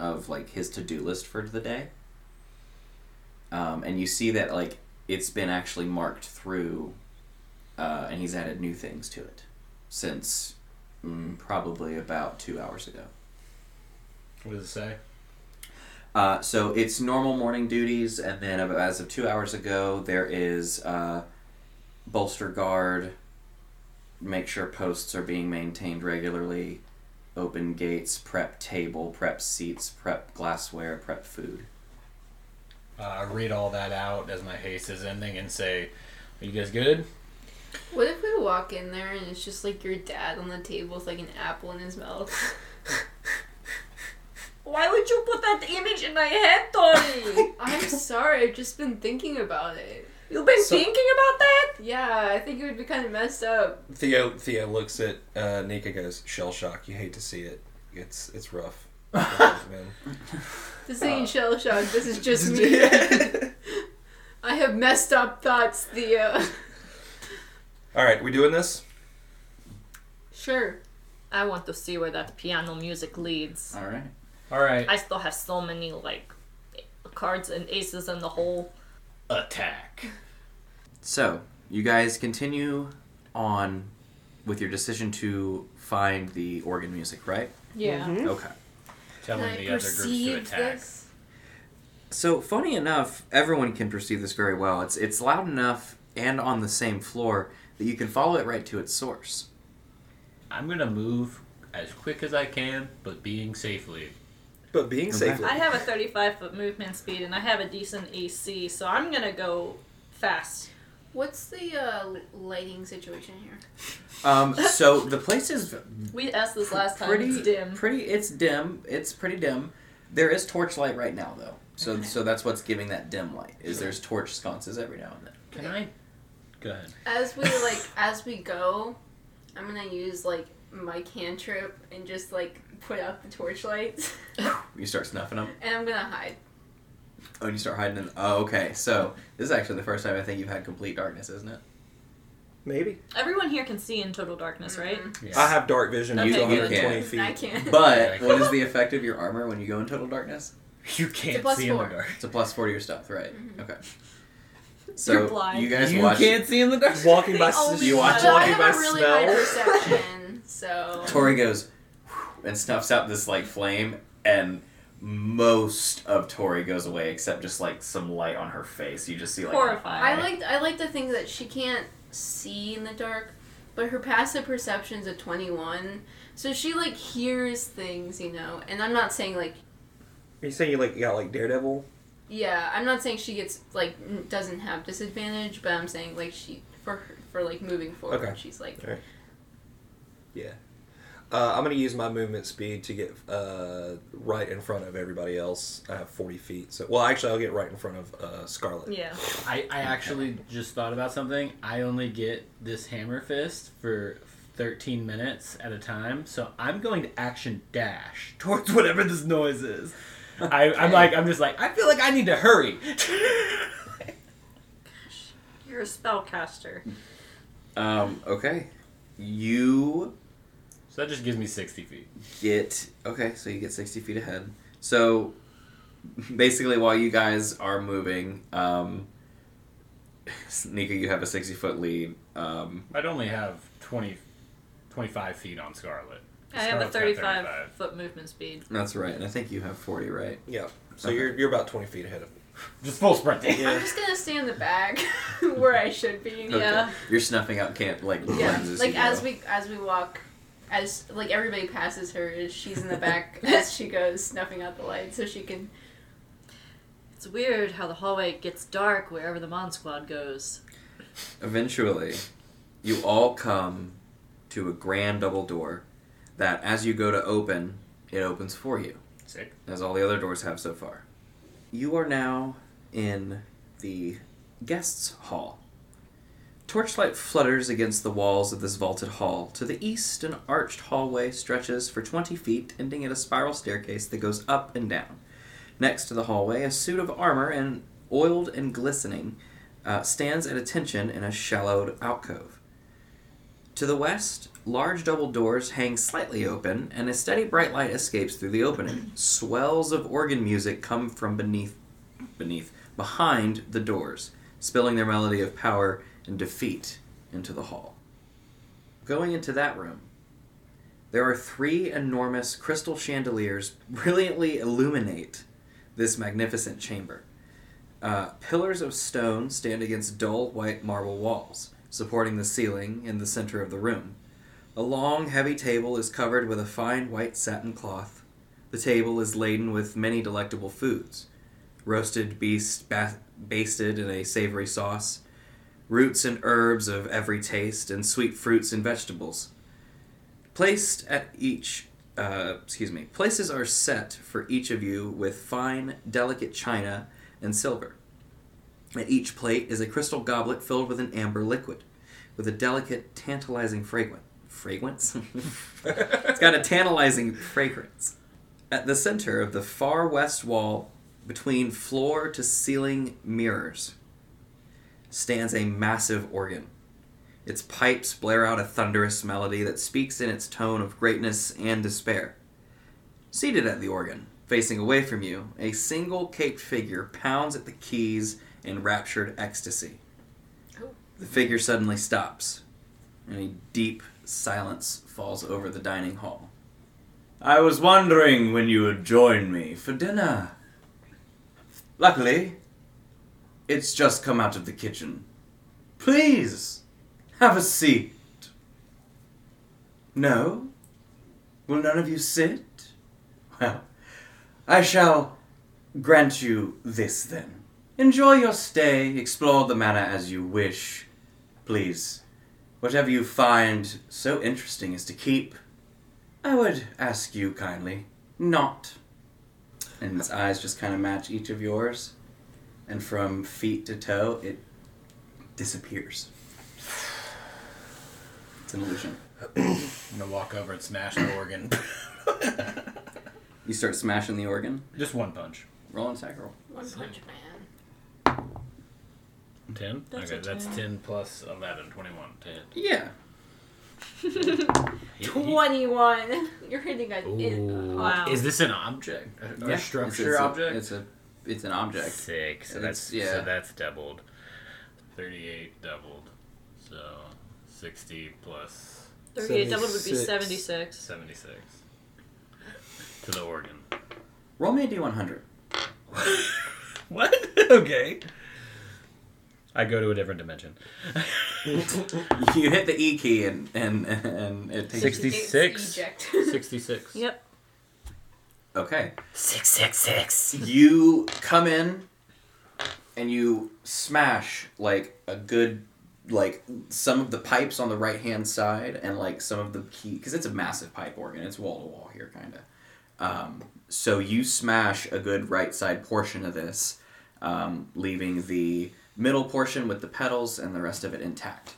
of, like, his to do list for the day. Um, and you see that, like, it's been actually marked through, uh, and he's added new things to it since mm, probably about two hours ago. What does it say? Uh, so it's normal morning duties, and then ab- as of two hours ago, there is uh, bolster guard, make sure posts are being maintained regularly, open gates, prep table, prep seats, prep glassware, prep food. Uh, read all that out as my haste is ending and say, "Are you guys good?" What if we walk in there and it's just like your dad on the table with like an apple in his mouth? Why would you put that image in my head, Tori? I'm sorry, I've just been thinking about it. You've been So- thinking about that? Yeah, I think it would be kind of messed up. Theo Theo looks at uh, Nika goes shell shock. You hate to see it. It's it's rough. This ain't shell shock, Oh. this is just me. I have messed up thoughts, Theo. All right, we doing this? sure. I want to see where that piano music leads. All right. All right. I still have so many like cards and aces in the hole. Attack. So you guys continue on with your decision to find the organ music, right? Yeah. Okay. Telling Can I the other groups to perceive attack. this? So funny enough, everyone can perceive this very well. It's it's loud enough and on the same floor that you can follow it right to its source. I'm gonna move as quick as I can, but being safely. But being Okay. safely. I have a 35 foot movement speed and I have a decent AC, so I'm gonna go fast. What's the uh, lighting situation here? Um, so the place is We asked this last time. pretty It's dim. Pretty, it's dim. It's pretty dim. There is torchlight right now though, so so that's what's giving that dim light. Is there's torch sconces every now and then. Can I? Go ahead. As we like, as we go, I'm gonna use like my cantrip and just like put out the torchlights, You start snuffing them. and I'm gonna hide. Oh, and you start hiding. In, oh, okay. So this is actually the first time I think you've had complete darkness, isn't it? Maybe. Everyone here can see in total darkness, right? Yeah. I have dark vision. You- It's you 120 can. feet. I can't. But what is the effect of your armor when you go in total darkness? you It's a can't plus see in the four. dark. It's a plus four to your stealth, right? Okay. So Mm-hmm. You're blind. you guys you watch. can't see in the dark. Walking by, The only you watch one. Well, I walking have by a really high smell. perception, so Tori goes "Whew," and snuffs out this like flame, and most of Tori goes away except just like some light on her face. You just see like Horrifying. I like I like to think that she can't see in the dark, but her passive perception's a 21, so she like hears things, you know. And I'm not saying like Are you saying you like you got like Daredevil? Yeah, I'm not saying she gets like n- doesn't have disadvantage, but I'm saying like she for her, for like moving forward, Okay. she's like Alright. Yeah. Uh, I'm going to use my movement speed to get uh, right in front of everybody else. I have 40 feet. So, well, actually, I'll get right in front of uh, Scarlet. Yeah. I, I actually just thought about something. I only get this hammer fist for 13 minutes at a time, so I'm going to action dash towards whatever this noise is. I, I'm like, I'm just like, I feel like I need to hurry. You're a spellcaster. Um, okay. You so that just gives me 60 feet. get okay so you get 60 feet ahead so basically while you guys are moving um nika you have a 60 foot lead um I'd only have 20, 25 feet on Scarlet. I have a Scarlet's got 35, 35. foot movement speed. that's right and i think you have 40 right Yeah. So Okay. you're, you're about 20 feet ahead of me. Just full sprinting. I'm just gonna stay in the back where I should be. Okay. Yeah. you're snuffing out can't like Yeah, lenses like you as go. we as we walk, as like everybody passes her, as she's in the back as she goes snuffing out the light, so she can. It's weird how the hallway gets dark wherever the Mon Squad goes. eventually you all come to a grand double door that as you go to open it opens for you Sick. as all the other doors have so far you are now in the guests hall torchlight flutters against the walls of this vaulted hall to the east an arched hallway stretches for 20 feet ending at a spiral staircase that goes up and down next to the hallway a suit of armor and oiled and glistening uh, stands at attention in a shallowed alcove. To the west, large double doors hang slightly open, and a steady bright light escapes through the opening. Swells of organ music come from beneath, beneath, behind the doors, spilling their melody of power and defeat into the hall. Going into that room, there are three enormous crystal chandeliers brilliantly illuminate this magnificent chamber. Uh, pillars of stone stand against dull white marble walls, supporting the ceiling in the center of the room. A long, heavy table is covered with a fine white satin cloth. The table is laden with many delectable foods roasted beast ba- basted in a savory sauce, roots and herbs of every taste, and sweet fruits and vegetables. Placed at each, uh, excuse me, places are set for each of you with fine, delicate china and silver. At each plate is a crystal goblet filled with an amber liquid, with a delicate, tantalizing fragrance. Fragrance? it's got a tantalizing fragrance. At the center of the far west wall, between floor to ceiling mirrors, stands a massive organ. Its pipes blare out a thunderous melody that speaks in its tone of greatness and despair. Seated at the organ, facing away from you, a single caped figure pounds at the keys in raptured ecstasy. Oh. The figure suddenly stops, and a deep silence falls over the dining hall. I was wondering when you would join me for dinner. Luckily, it's just come out of the kitchen. Please, have a seat. No? Will none of you sit? Well, I shall grant you this then. Enjoy your stay, explore the manor as you wish. Please, whatever you find so interesting is to keep, I would ask you kindly not. And its eyes just kind of match each of yours, and from feet to toe, it disappears. It's an illusion. I'm gonna walk over and smash the organ. You start smashing the organ. just one punch. Roll an attack roll. One Punch Man. 10? That's a okay, that's 10. 10 plus 11, 21 to hit. Yeah. He- he- Twenty-one. You're hitting a. Ooh. Wow. Is this an object? A- A, yeah. structure it's, it's object? A, it's a it's an object. Six. So And it's- that's yeah. so that's doubled. Thirty-eight doubled. So sixty plus 38 doubled would be 76. 76. seventy-six to the organ. Roll me a d one hundred. What? okay. I go to a different dimension. You hit the E key and and and it takes. 66. Eject. Sixty-six. Yep. Okay. Six six six. You come in and you smash like a good like some of the pipes on the right hand side and like some of the key because it's a massive pipe organ it's wall to wall here kind of um, so you smash a good right side portion of this um, leaving the middle portion with the pedals and the rest of it intact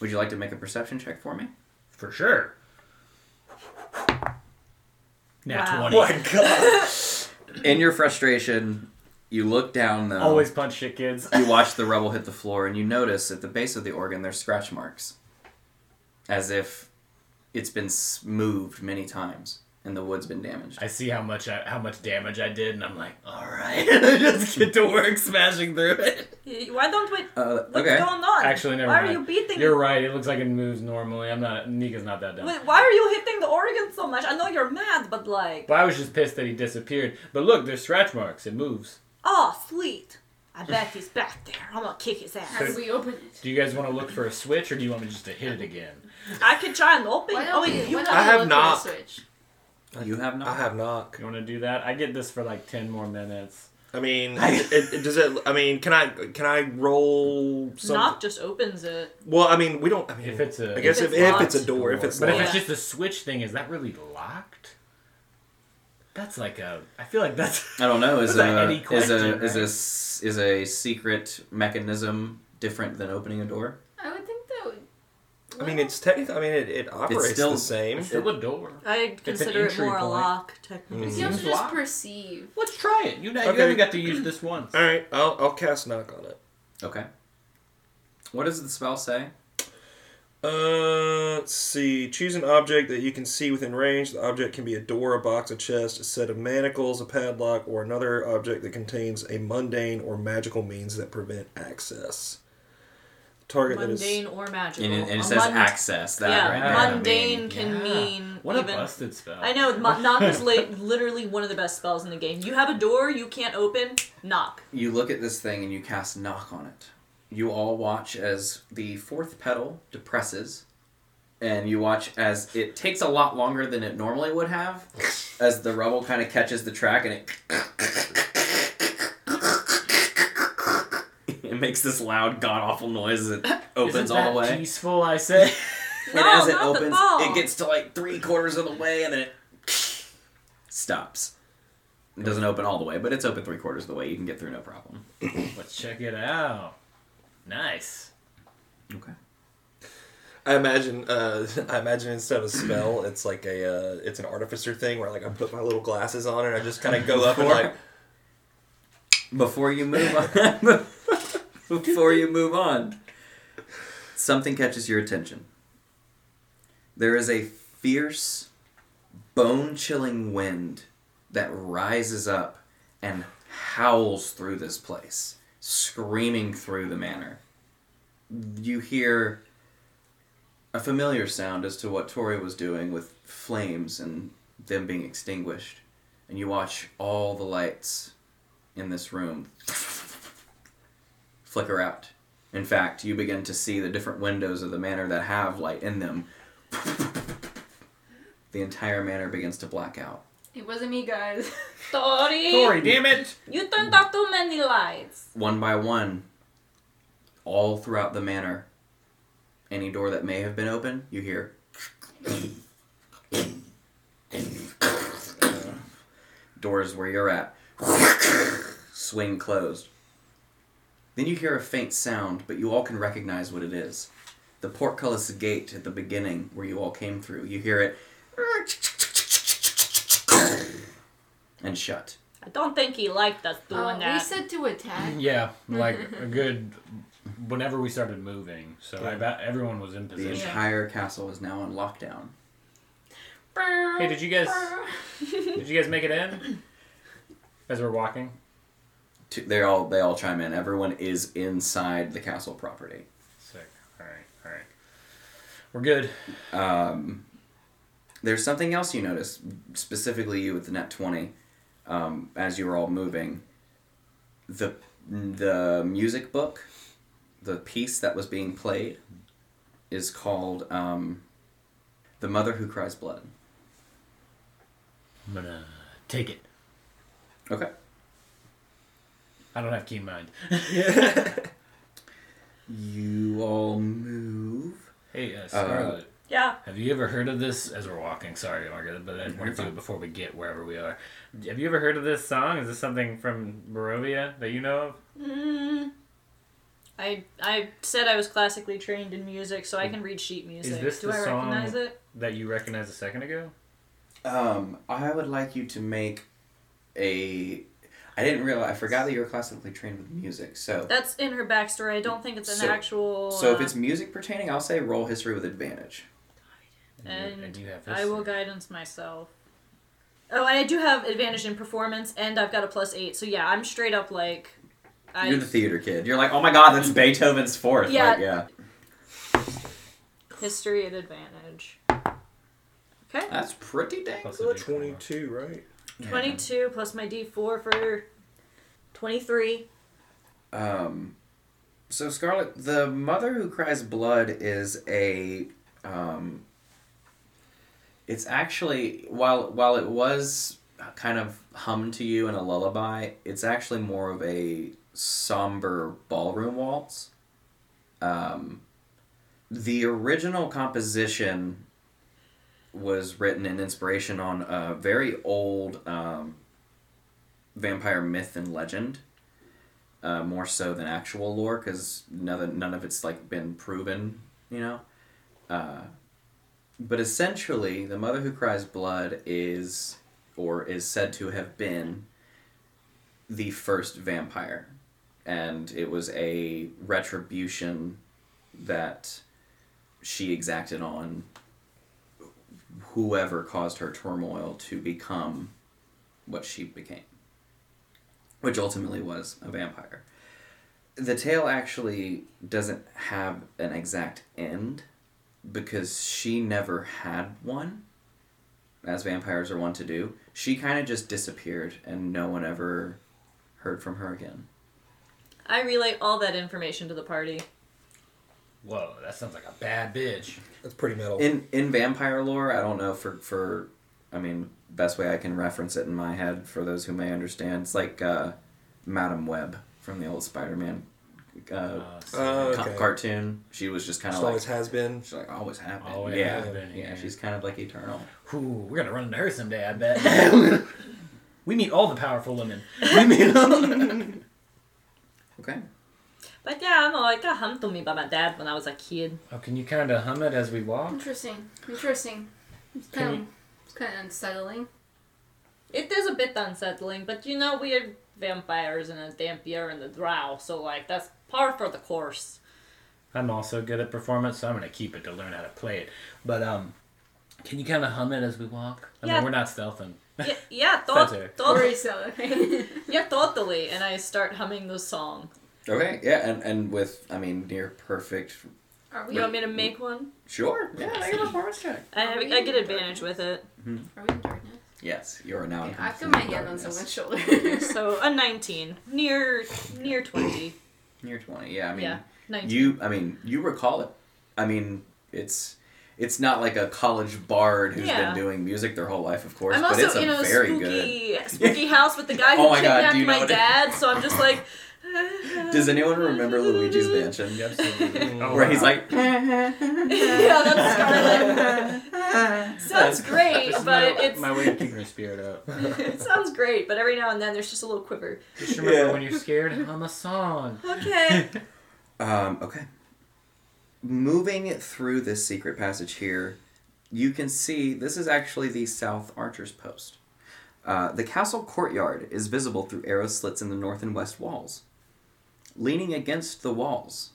would you like to make a perception check for me For sure. Nat Wow. 20. My God. in your frustration you look down though Always punch shit, kids. you watch the rubble hit the floor and you notice at the base of the organ there's scratch marks as if it's been s- moved many times and the wood's been damaged I see how much I, how much damage I did, and I'm like, all right, just get to work smashing through it. Y- Why don't we? uh, What's okay going on? Actually, never Why are mind. you beating? You're right. It looks like it moves normally. I'm not. Nika's not that dumb. Wait, why are you hitting the organ so much? I know you're mad, but like, But I was just pissed that he disappeared. But look, there's scratch marks. It moves. oh sweet. I bet he's back there. I'm gonna kick his ass. As we open it. Do you guys want to look for a switch, or do you want me just to hit it again? I could try and open. Why Oh don't wait, we, you why don't I we look have for a not. Switch? you have not I have not. You want to do that? I get this for like ten more minutes. I mean, it, it, does it? I mean, can I can I roll something? knock just opens it. well, I mean, we don't. I mean, If it's a- I guess If if, it's if it's a locked. door, if it's But if locked. it's Yeah. just the switch thing, is that really locked? That's like a. I feel like that's. I don't know. Is That's a, an Eddie is question, a is right? a s- is a secret mechanism different than opening a door? I would think that would. I mean, it's technically. I mean, it, it operates still- the same. It's still a door. I consider it entry more a point. lock technically. You Mhm. can also Seems just locked. perceive. Let's try it. You, you Okay. only got to use this once. All right, I'll I'll cast knock on it. Okay. What does the spell say? Uh, let's see. Choose an object that you can see within range. The object can be a door, a box, a chest, a set of manacles, a padlock, or another object that contains a mundane or magical means that prevent access. Target that is. Mundane or magical. And it, and A it says mund- access. That yeah, right there. I mean, mundane can yeah. mean What even. a busted spell. I know mo- knock is li- literally one of the best spells in the game. You have a door you can't open, knock. you look at this thing and you cast knock on it. You all watch as the fourth pedal depresses, and you watch as it takes a lot longer than it normally would have, as the rubble kind of catches the track and it. It makes this loud, god awful noise as it opens all the way. peaceful, I say. And No, as it not the opens, ball. it gets to like three quarters of the way and then it stops. It doesn't open all the way, but it's open three quarters of the way. You can get through no problem. Let's check it out. Nice. Okay. I imagine. Uh, I imagine instead of a spell, it's like a. Uh, it's an artificer thing where like I put my little glasses on and I just kind of go up and like. Before you move on, before you move on, something catches your attention. There is a fierce, bone chilling wind that rises up and howls through this place, screaming through the manor. You hear a familiar sound as to what Tori was doing with flames and them being extinguished. And you watch all the lights in this room flicker out. In fact, you begin to see the different windows of the manor that have light in them. the entire manor begins to black out. It wasn't me, guys. Tori, Corey, damn it! you turned off too many lights. One by one, all throughout the manor, any door that may have been open, you hear. Doors where you're at swing closed. Then you hear a faint sound, but you all can recognize what it is. The portcullis gate at the beginning where you all came through. You hear it and shut. I don't think he liked us doing Uh, we that. said to attack. Yeah, like a good. Whenever we started moving, so I Yeah. bet everyone was in The position. entire castle is now on lockdown. Hey, did you guys did you guys make it in? As we're walking, T- They all they all chime in. Everyone is inside the castle property. sick. All right, all right. We're good. Um, there's something else you noticed, specifically you with the net twenty, um, as you were all moving. The the music book, the piece that was being played, is called um, "The Mother Who Cries Blood." I'm gonna take it. Okay. I don't have keen mind. You you all move. Hey, uh, Scarlet. Yeah. Have you ever heard of this? As we're walking, sorry, Margaret, but I wanted to do it before we get wherever we are. Have you ever heard of this song? Is this something from Barovia that you know of? Mm, I I said I was classically trained in music, so I can read sheet music. this Do the I song- recognize it? That you recognized a second ago? Um, I would like you to make a. I didn't realize. I forgot that you were classically trained with music. So, That's in her backstory. I don't think it's an So- actual. so if uh, it's music pertaining, I'll say roll history with advantage. And, And you have I will guidance myself. Oh, and I do have advantage in performance, and I've got a plus eight. So yeah, I'm straight up like. I, You're the theater kid. You're like, oh my god, that's Beethoven's fourth. Yeah. Like, yeah. history at advantage. Okay, That's pretty dang Plus good. a D4. 22, right? twenty-two plus my D four for twenty-three. Um, so Scarlet, the mother who cries blood is a um. It's actually while while it was kind of hummed to you in a lullaby, it's actually more of a somber ballroom waltz. Um, the original composition was written in inspiration on a very old um, vampire myth and legend uh, more so than actual lore because none, of- none of it's like been proven you know uh, but essentially the mother who cries blood is or is said to have been the first vampire and it was a retribution that she exacted on whoever caused her turmoil to become what she became which ultimately was a vampire. The tale actually doesn't have an exact end because she never had one, as vampires are wont to do. She kind of just disappeared and no one ever heard from her again. I relay all that information to the party. Whoa, that sounds like a bad bitch. That's pretty metal. In in vampire lore, I don't know for for I mean, best way I can reference it in my head for those who may understand, it's like uh Madame Web from the old Spider-Man uh, Oh, ca- okay. cartoon. She was just kind Just of like always has been. She's like always happened. Always yeah. happened, yeah. yeah. she's kind of like eternal. Ooh, we're gonna run into her someday, I bet. we meet all the powerful women. We meet Okay. But yeah, I'm like got hummed to me by my dad when I was a kid. Oh, can you kind of hum it as we walk? Interesting. Interesting. It's Can kind of, it's kind of unsettling. It is a bit unsettling, but you know we are vampires and a dampier and the drow, so like that's par for the course. I'm also good at performance, so I'm gonna keep it to learn how to play it. But um, can you kind of hum it as we walk? I Yeah. mean, we're not stealthing. Yeah, yeah, That's to- it. Or to- yeah, totally. And I start humming the song. Okay. Yeah, and and with I mean near perfect. Are we? You want me to make one? Sure. Yeah. I get a performance check. I, have, I get advantage with it. Are we in darkness? Yes, you are now. in Okay, I've got my complete hand on darkness. someone's shoulder. So a 19, near near 20. Near twenty. Yeah. I mean, yeah, 19. you. I mean, you recall it. I mean, it's. It's not like a college bard who's Yeah. been doing music their whole life, of course, I'm but it's also a in a very spooky spooky house with the guy who Oh my God, do kidnapped you know my what it- dad, so I'm just like good. Does anyone remember Luigi's Mansion? Absolutely. Oh, Where he's wow. like, Yeah, that's Scarlet. Sounds great, This is my- but it's my way of keeping her spirit up. it sounds great, but every now and then there's just a little quiver. Just remember Yeah. when you're scared, hum a song. Okay. Um, okay. Moving through this secret passage here, you can see this is actually the South Archer's Post. Uh, the castle courtyard is visible through arrow slits in the north and west walls. Leaning against the walls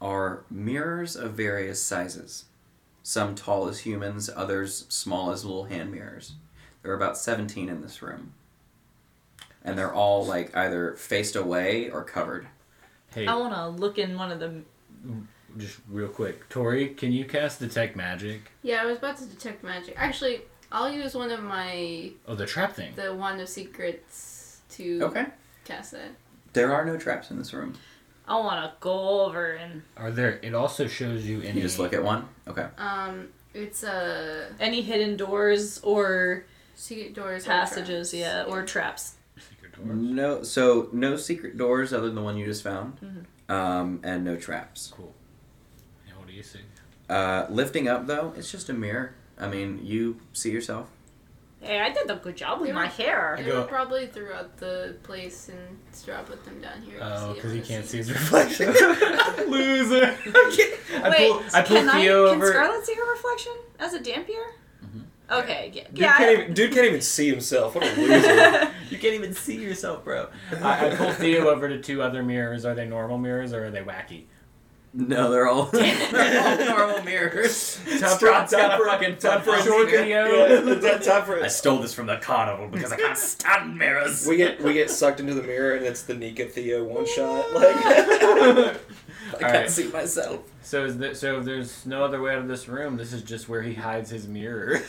are mirrors of various sizes, some tall as humans, others small as little hand mirrors. There are about 17 in this room. And they're all like either faced away or covered. Hey, I want to look in one of them. just real quick, Tori, can you cast detect magic? yeah, I was about to detect magic. Actually, I'll use one of my Oh, the trap thing. the wand of secrets to Okay. cast that. There are no traps in this room. I want to go over and Are there? It also shows you any. You just look at one. Okay. Um, it's a any hidden doors or secret doors or passages, traps. yeah, or traps. Secret doors. Mm. Mm-hmm. Mm-hmm. No, so no secret doors other than the one you just found, um, and no traps. Cool. you see. Uh, lifting up though, it's just a mirror. I mean, you see yourself. Hey, I did a good job with Yeah. my hair. They go- were probably throughout the place and Strahd put them down here. to Oh, see because he if can't the see his sea- reflection. Loser. I Wait, pull, I pull can Theo I, Can over. Scarlet see her reflection as a Dampier? Okay, yeah. Dude, yeah, can't I- even, dude can't even see himself. What a loser. You can't even see yourself, bro. I, I pulled Theo over to two other mirrors. Are they normal mirrors or are they wacky? No, they're all, they're all Oh, normal mirrors. Strahd's got a fucking Time for a fucking short mirror. video. Is that time for I stole this from the carnival because I can't stand mirrors. We get we get sucked into the mirror and it's the Nika Theo one shot. Like I can't Alright. see myself. So is there, so if there's no other way out of this room, this is just where he hides his mirror.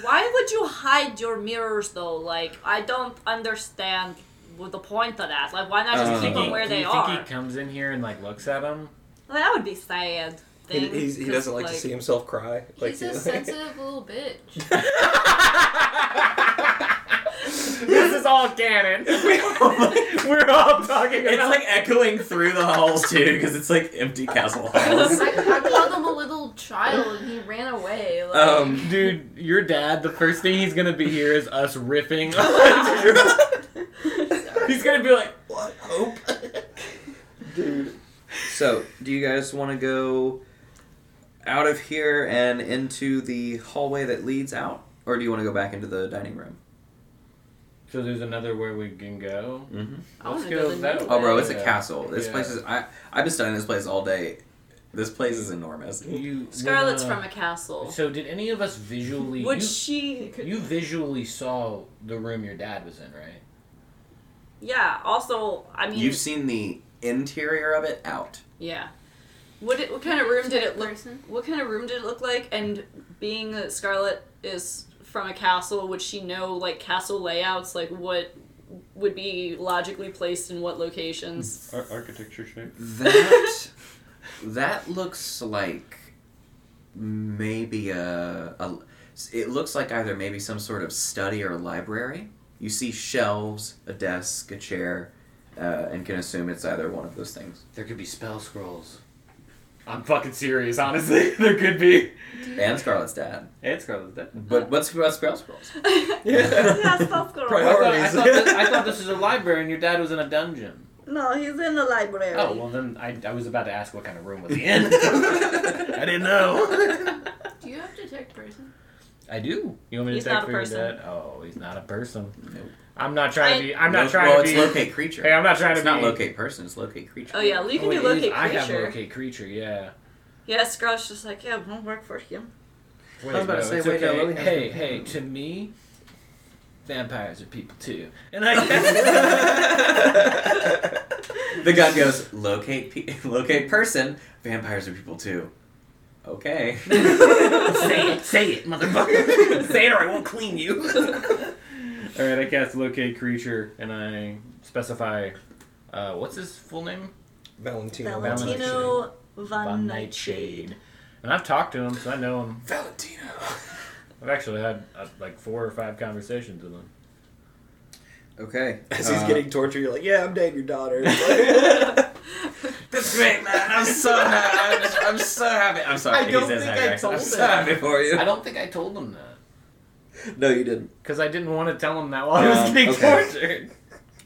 Why would you hide your mirrors though? Like, I don't understand what the point of that. Like, why not just Uh, keep Think them he- where do they you are? think he comes in here and like looks at him? Well, that would be sad. he, Thing, he's, he 'cause, doesn't like, to see himself cry. Like He's a sensitive little bitch. this is all canon. We're all talking It's like echoing through the halls too, because it's like empty castle halls. I, I called him a little child and he ran away. Like, Um, Dude, your dad, the first thing he's gonna be here is us riffing. he's gonna be like, what hope? dude. So, do you guys want to go out of here and into the hallway that leads out, or do you want to go back into the dining room? so there's another way we can go. Mm-hmm. I wanna Let's go go the that new way. Oh, bro, it's a Yeah. castle. This place is. I I've been studying this place all day. This place is enormous. You Scarlet's wanna- from a castle. So did any of us visually? Would you, she? you visually saw the room your dad was in, right? Yeah. Also, I mean, You've seen the interior of it out. yeah. What it, what kind of room did it look? person. What kind of room did it look like? And being that Scarlet is from a castle, would she know like castle layouts? Like what would be logically placed in what locations? architecture shape. That that looks like maybe a, a. It looks like either maybe some sort of study or library. You see shelves, a desk, a chair, uh, and can assume it's either one of those things. There could be spell scrolls. I'm fucking serious, honestly. there could be. And Scarlet's dad. And Scarlet's dead. But what's what's Sprout Scrolls? yeah, stuff girl. Probably- I thought, I, Priorities. thought this, I thought this was a library, and your dad was in a dungeon. No, he's in the library. Oh well, then I, I was about to ask what kind of room was he in. I didn't know. Do you have to detect person? I do. You want me to He's check not a for your person. dad? Oh, he's not a person. Nope. I'm not trying I- to be. I'm not No- trying well, to it's be. locate creature. Hey, I'm not trying it's to not be. locate person. It's locate creature. Oh yeah, well, you can Oh, do it locate is- I have creature. locate creature. Yeah. Yeah, Scarlet's just like, yeah, it won't work for him. Wait, I was about to no, say, it's wait, no, okay. Lily has hey, no- hey, to me, vampires are people too. And I. The god goes locate pe- locate person. Vampires are people too. Okay. say it, say it, motherfucker. say it or I won't clean you. Alright, I cast locate creature and I specify. Uh, what's his full name? Valentino. Valentino. Von And I've talked to him, so I know him. Valentino. I've actually had uh, like four or five conversations with him. Okay. As he's uh, getting tortured, you're like, yeah, I'm dating your daughter. That's great, man. I'm so happy. I'm, just- I'm so happy. I'm sorry. I he don't says think happy, I right? told I'm so him. happy for you. I don't think I told him that. No, you didn't. Because I didn't want to tell him that while I was Um, getting okay. tortured.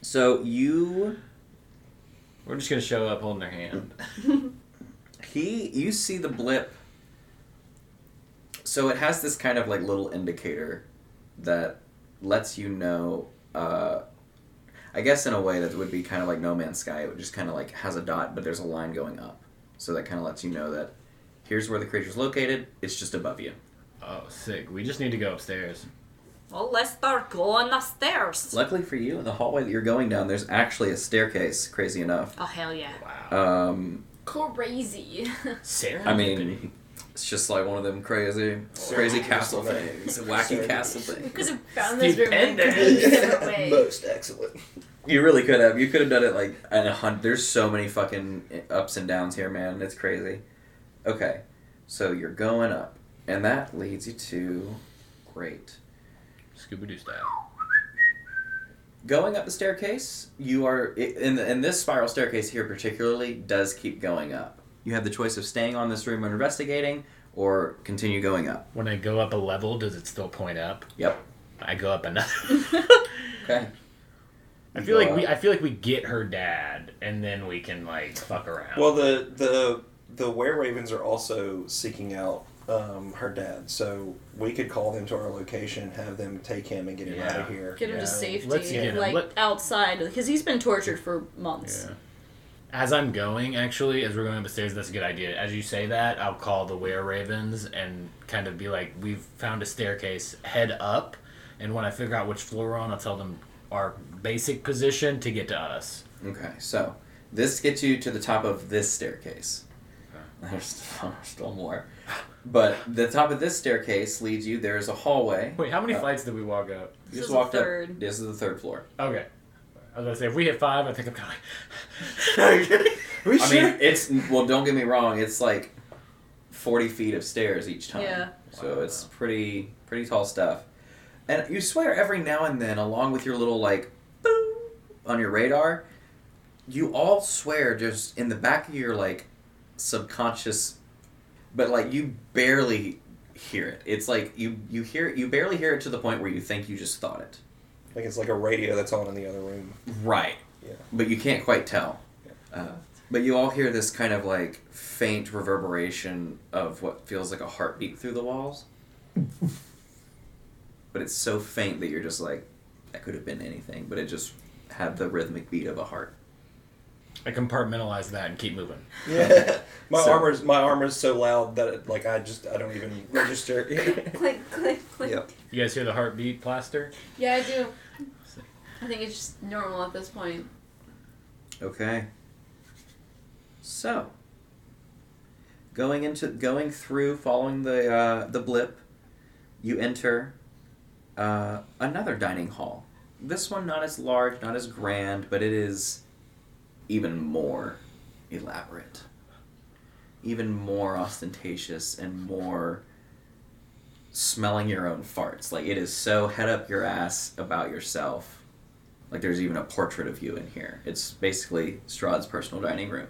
So you We're just going to show up holding their hand. He, you see the blip. So it has this kind of like little indicator that lets you know. Uh, I guess in a way that would be kind of like No Man's Sky. It would just kind of like has a dot, but there's a line going up. So that kind of lets you know that here's where the creature's located. It's just above you. Oh, sick. We just need to go upstairs. Well, let's start going upstairs. Luckily for you, in the hallway that you're going down, there's actually a staircase. Crazy enough. Oh hell yeah! Wow. Um, Crazy. Sarah? I mean, it's just like one of them crazy, crazy castle things, wacky castle things. Because I found this room in a Stupendous. completely different way. Most excellent. You really could have. You could have done it like in a hundred. There's so many fucking ups and downs here, man. It's crazy. Okay, so you're going up, and that leads you to great. Scooby Doo style. Going up the staircase, you are i- in the, in this spiral staircase here particularly does keep going up. You have the choice of staying on this room and investigating, or continue going up. When I go up a level, does it still point up? Yep. I go up another. Okay. I feel like we. I feel like we get her dad, and then we can like fuck around. Well, the the the were ravens are also seeking out um, her dad, so we could call them to our location, have them take him and get him out Yeah. of here. Get him you to know? safety, let's get him. like Let- outside, because he's been tortured for months. Yeah. As I'm going, actually, as we're going upstairs, that's a good idea. As you say that, I'll call the Were Ravens and kind of be like, "We've found a staircase. Head up." And when I figure out which floor we're on, I'll tell them our basic position to get to us. Okay, so this gets you to the top of this staircase. There's still, there's still more. But the top of this staircase leads you, there's a hallway. Wait, how many Uh, flights did we walk up? This You just is the walked up. third. This is the third floor. Okay. I was gonna say if we hit five, I think I'm kind of like. we I mean, it's, well, don't get me wrong, it's like 40 feet of stairs each time. Yeah. So it's pretty, pretty tall stuff. And you swear every now and then, along with your little, like, boom on your radar, you all swear just in the back of your, like, subconscious but like you barely hear it it's like you you hear you barely hear it to the point where you think you just thought it Like it's like a radio that's on in the other room. right Yeah. but you can't quite tell uh, but you all hear this kind of like faint reverberation of what feels like a heartbeat through the walls but it's so faint that you're just like that could have been anything but it just had the rhythmic beat of a heart I compartmentalize that and keep moving. Yeah, my So- armor's my armor's so loud that it, like I just I don't even register. click, click, click. Yep. You guys hear the heartbeat plaster? Yeah, I do. I think it's just normal at this point. Okay. So, going into going through, following the uh, the blip, you enter uh, another dining hall. This one not as large, not as grand, but it is even more elaborate, even more ostentatious, and more smelling your own farts. Like it is so head up your ass about yourself. Like there's even a portrait of you in here. It's basically Strahd's personal dining room.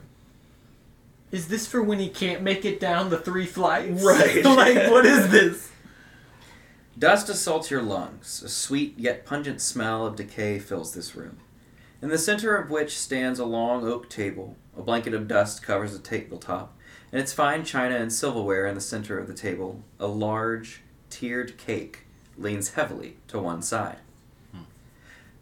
Is this for when he can't make it down the three flights? Right. like, what is this? Dust assaults your lungs. A sweet yet pungent smell of decay fills this room. In the center of which stands a long oak table. A blanket of dust covers the tabletop, and its fine china and silverware in the center of the table, a large, tiered cake leans heavily to one side.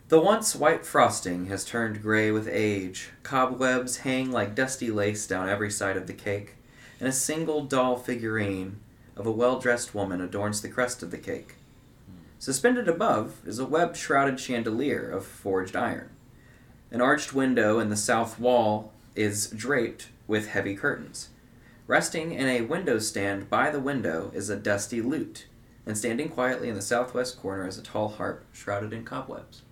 The once white frosting has turned gray with age. Cobwebs hang like dusty lace down every side of the cake, and a single doll figurine of a well dressed woman adorns the crest of the cake. Suspended above is a web shrouded chandelier of forged iron. An arched window in the south wall is draped with heavy curtains. Resting in a window stand by the window is a dusty lute, and standing quietly in the southwest corner is a tall harp shrouded in cobwebs.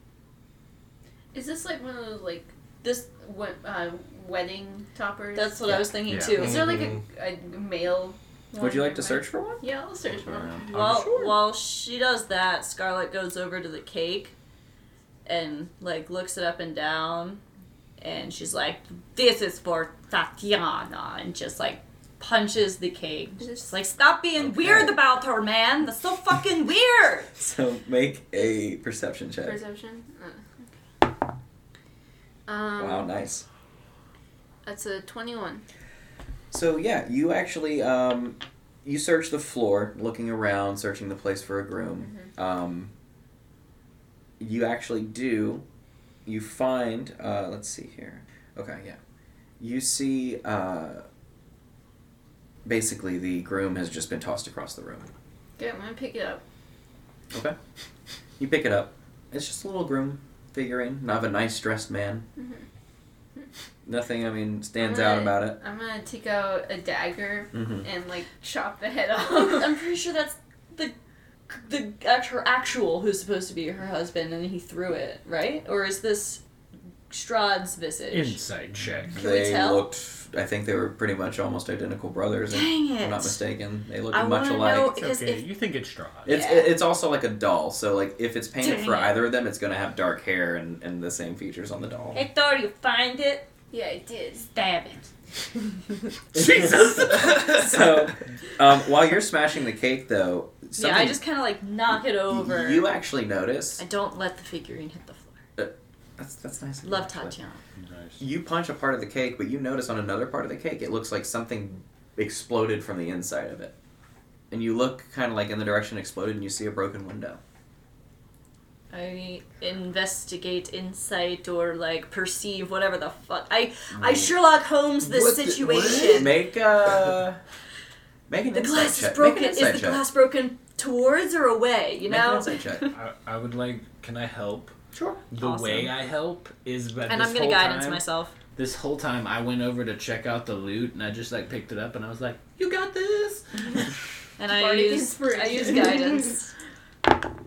Is this like one of those like this what, uh, wedding toppers? That's what I was thinking Yeah. too. Is there like a, a male? Mm-hmm. Would you one? like to search for one? Yeah, I'll search for one. While while she does that, Scarlet goes over to the cake and like looks it up and down and she's like, This is for Tatiana and just like punches the cake. Just like stop being weird about her, man. That's so fucking weird. So make a perception check. Perception. Uh, okay. Um, Wow, nice. That's a twenty-one. So yeah, you actually um, you search the floor, looking around, searching the place for a groom. Um, you actually do. You find. Uh, let's see here. Okay, yeah. You see. Uh, basically, the groom has just been tossed across the room. Okay, I'm gonna pick it up. Okay. You pick it up. It's just a little groom figurine, not of a nice dressed man. Nothing. I mean, stands out Alright. about it. I'm gonna take out a dagger Mhm. and like chop the head I'm off. pretty sure that's the the act- her actual who's supposed to be her husband and he threw it, right? Or is this Strahd's visage? Insight check. Can we they tell? looked. I think they were pretty much almost identical brothers. If Dang it. I'm not mistaken. They looked I much wanna alike. know- It's Because okay. if- you think it's straw. It's Yeah. it's also like a doll. So like if it's painted Dang for it. either of them, it's gonna have dark hair and, and the same features on the doll. Hey Thor, you find it? Yeah, it did. Stab it. so, um, while you're smashing the cake, though, yeah, I something just kind of like knock it over. you actually notice. I don't let the figurine hit the floor. That's that's nice. of you, Love actually. touching. Nice. You punch a part of the cake, but you notice on another part of the cake, it looks like something exploded from the inside of it. And you look kind of like in the direction it exploded, and you see a broken window. I investigate, insight, or like perceive whatever the fuck. I I Sherlock Holmes this What the- situation. Make a make an The insight glass is check. broken. Make Is an insight the check. glass broken towards or away? You Make an know. insight check. I, I would like. Can I help? Sure. The Awesome. way I help is that and this I'm gonna whole guidance time, myself. This whole time, I went over to check out the loot, and I just like picked it up, and I was like, "You got this." And I Bardic use I inspiration. use guidance.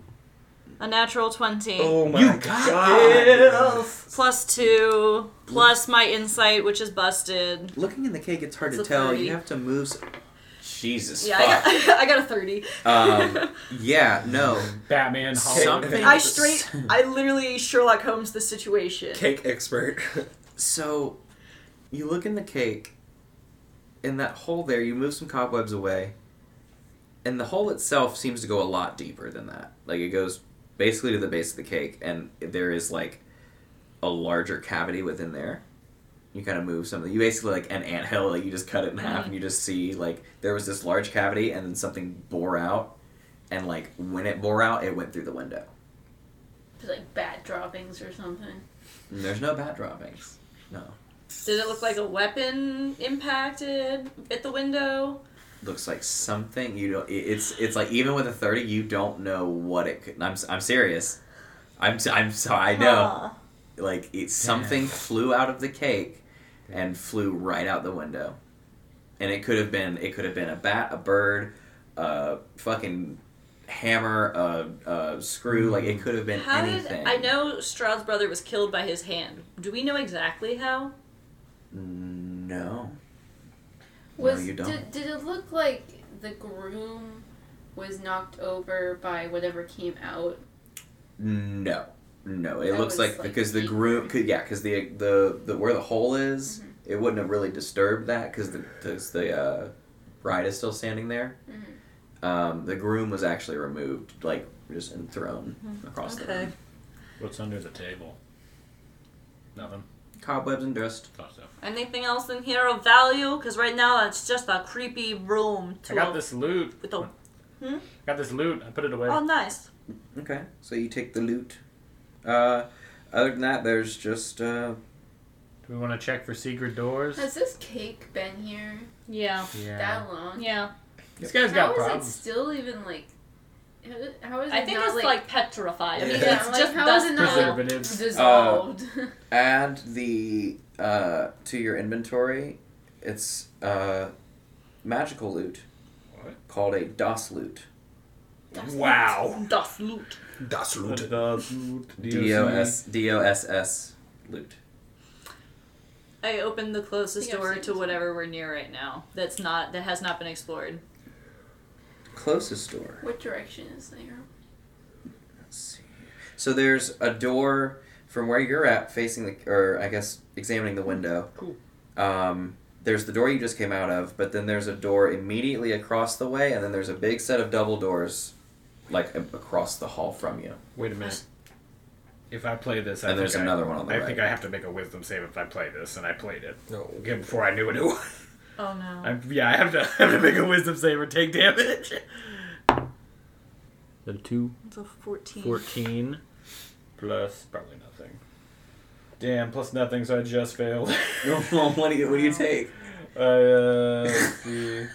A natural twenty Oh my You got god. plus two plus my insight, which is busted. Looking in the cake, it's hard It's to a tell. 30. You have to move. s- Jesus. Yeah, fuck. I got, I got a thirty. Um, yeah, no. Batman. Something. I straight, I literally Sherlock Holmes the situation. Cake expert. So, you look in the cake, in that hole there, you move some cobwebs away, and the hole itself seems to go a lot deeper than that. Like, it goes basically to the base of the cake, and there is, like, a larger cavity within there. You kind of move something. You basically, like, an anthill, like, you just cut it in half, and you just see, like, there was this large cavity, and then something bore out, and, like, when it bore out, it went through the window. It's like bat droppings or something. And there's no bat droppings. Did it look like a weapon impacted at the window? looks like something you don't it- it's it's like even with a 30 you don't know what it could i'm, s- I'm serious I'm, s- I'm sorry i know Huh. like it's something flew out of the cake and flew right out the window and it could have been it could have been a bat a bird a fucking hammer a, a screw like it could have been How anything did I know Stroud's brother was killed by his hand? Do we know exactly how? Mm, no Was you don't. Did, did it look like the groom was knocked over by whatever came out? No, no. It That looks was, like, like, because the deep. groom, could, yeah, because the, the the where the hole is, Mm-hmm. it wouldn't have really disturbed that because the 'cause the uh, bride is still standing there. Mm-hmm. Um, the groom was actually removed, like just and thrown Mm-hmm. across the room. What's under the table? Nothing. Cobwebs and dust. Thought so. Anything else in here of value? Because right now that's just a creepy room. I To got this loot. With a, Got this loot. I put it away. oh, nice. Okay, so you take the loot. Uh, other than that, there's just uh, Do we want to check for secret doors? Has this cake been here Yeah, yeah. that long? yeah. This guy's How got is it problems. still even like? how is- How is it I think not, it's like, petrified. I mean, Yeah, it's like, just how dust. is it not Preservatives. dissolved? add the uh, to your inventory. It's uh, magical loot. What? Called a DOS loot. wow. dust loot. Das Loot. D O S D O S S loot. I opened the closest think I've door seen to this. whatever we're near right now. That's not that has not been explored. Closest door. what direction is there? Let's see. So there's a door from where you're at, facing the, or I guess examining the window. Cool. Um, there's the door you just came out of, but then there's a door immediately across the way, and then there's a big set of double doors, like a- across the hall from you. Wait a minute. If I play this, I And think there's I- another one on the I right. think I have to make a wisdom save if I play this, and I played it No. Again, before I knew what it was. Oh no. I, yeah, I have to I have to make a wisdom save or take damage. The two It's a fourteen. fourteen. Plus probably nothing. Damn, plus nothing, so I just failed. what do you What do you take? I, uh, let's see.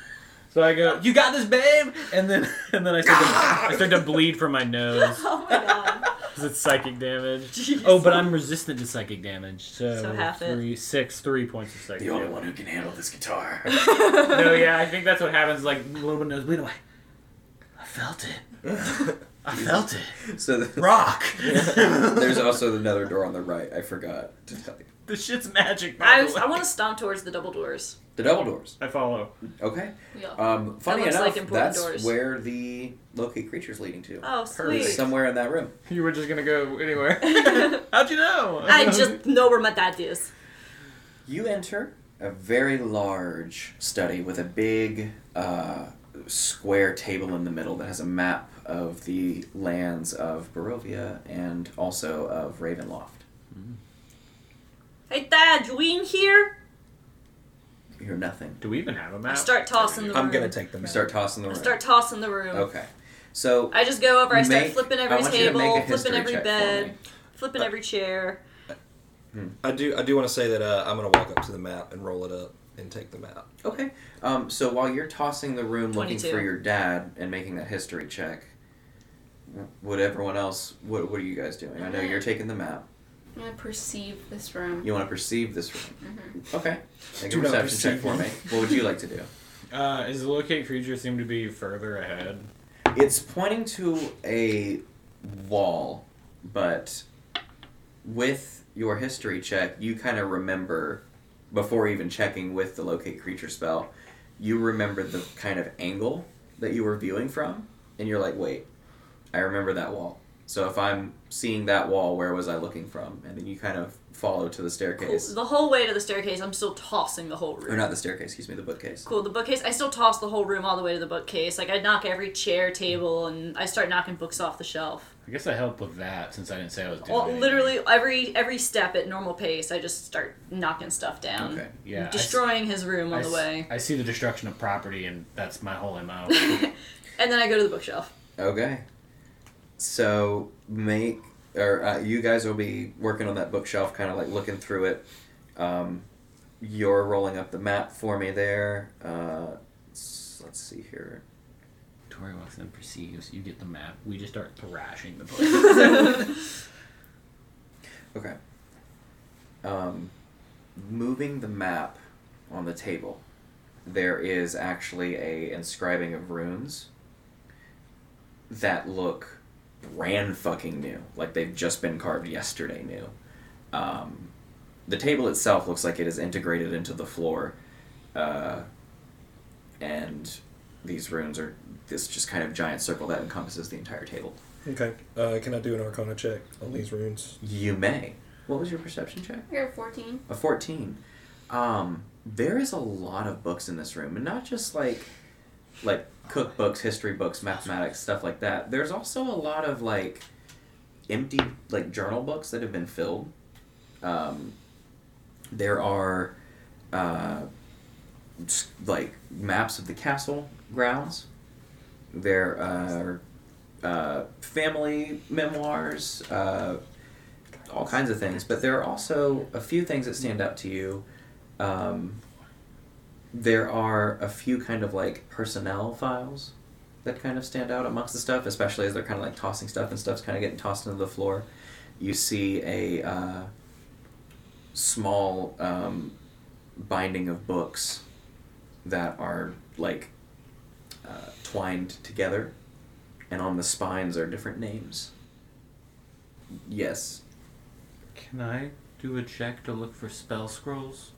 So I go, you got this, babe, and then and then I start to, I start to bleed from my nose Oh my god. because it's psychic damage. Oh, but I'm resistant to psychic damage, so, So half it. three, six, three points of psychic. damage. who can handle this guitar. no, yeah, I think that's what happens. Like a little bit of nosebleed. I'm like, I felt it. I felt it. so the, Rock. there's also another door on the right. I forgot to tell you. the shit's magic. By I, the way. I want to stomp towards the double doors. The double doors. I follow. Okay. We all Um, funny looks enough, like important that's doors. where the locate creature's leading to. Oh It's sweet. somewhere in that room. You were just gonna go anywhere. How'd you know? I just know where my dad is. You enter a very large study with a big uh, square table in the middle that has a map of the lands of Barovia and also of Ravenloft. Hey, Thad, you in here? You hear nothing. Do we even have a I map? start tossing the room. I'm gonna take them. You start tossing the I room. start tossing the room. Okay. So I just go over. I start Make- flipping I every want you to make a table, history flipping every check for me. Uh, bed, flipping every chair. I do. I do want to say that uh, I'm gonna walk up to the map and roll it up and take them out. Okay. Um, so while you're tossing the room looking 22. for your dad and making that history check, would everyone else? What What are you guys doing? I know you're taking the map. I'm gonna perceive this room. You want to perceive this room. Okay. Make Do a not perception check perceive. for me. What would you like to do? Uh, is the locate creature seem to be further ahead? It's pointing to a wall, but with your history check, you kind of remember before even checking with the locate creature spell, you remember the kind of angle that you were viewing from, and you're like, wait, I remember that wall. So if I'm seeing that wall, where was I looking from? And then you kind of follow to the Cool. staircase, The whole way to the staircase, I'm still tossing the whole room. or not the staircase, excuse me, the bookcase. Cool. The bookcase. I still toss the whole room all the way to the bookcase. Like I knock every chair, table, and I start knocking books off the shelf. I guess I help with that since I didn't say I was doing All, anything. literally every every step at normal pace. I just start knocking stuff down, Okay. Yeah. I s- destroying his room I on the s- way, I see the destruction of property, and that's my whole MO. and then I go to the bookshelf. Okay. So make or uh, you guys will be working on that bookshelf, kind of like looking through it. Um, you're rolling up the map for me there. Uh, s- let's see here. Tori walks in, perceives. You get the map. We just start thrashing the place. I Okay. Um, moving the map on the table, there is actually a inscribing of runes that look brand fucking new, like they've just been carved yesterday new. Um, the table itself looks like it is integrated into the floor, uh, and these runes are this just kind of giant circle that encompasses the entire table. Okay. Uh, can I do an Arcana check on these runes? You may. What was your perception check? I got a 14. A 14. Um, there is a lot of books in this room, and not just like like cookbooks, history books, mathematics, stuff like that. There's also a lot of like empty like journal books that have been filled. Um, there are uh, s- like maps of the castle grounds. There are uh, family memoirs, uh, all kinds of things. But there are also a few things that stand out to you. Um, there are a few kind of like personnel files that kind of stand out amongst the stuff, especially as they're kind of like tossing stuff and stuff's kind of getting tossed into the floor. You see a uh, small um, binding of books that are like uh, twined together, and on the spines are different names. Yes, Can I do a check to look for spell scrolls?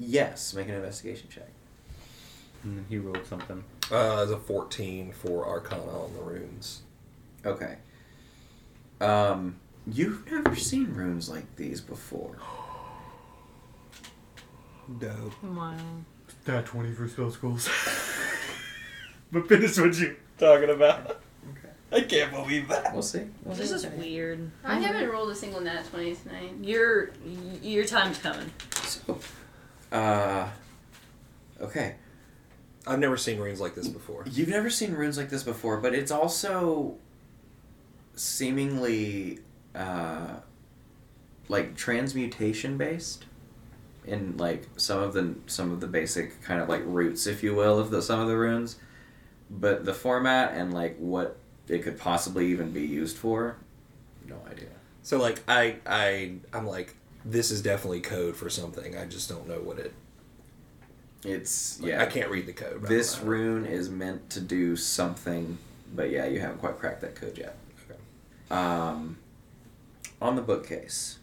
yes. Make an investigation check. And he rolled something. Uh, there's a 14 for Arcana on the runes. Okay. Um, you've never seen rooms like these before. Dope. That 20 for spell scrolls. but finish what you talking about. I can't believe that. We'll see. We'll This see. is weird. I Mm-hmm. haven't rolled a single nat 20 tonight. Your your time's coming. So, uh, okay. I've never seen runes like this before. You've never seen runes like this before, but it's also seemingly uh, like transmutation based in like some of the some of the basic kind of like roots, if you will, of the some of the runes. But the format and like what it could possibly even be used for, no idea. So like I I I'm like this is definitely code for something. I just don't know what it. It's like, yeah. I can't read the code. but This I don't know. rune is meant to do something, but yeah, you haven't quite cracked that code yet. Okay. Um, on the bookcase,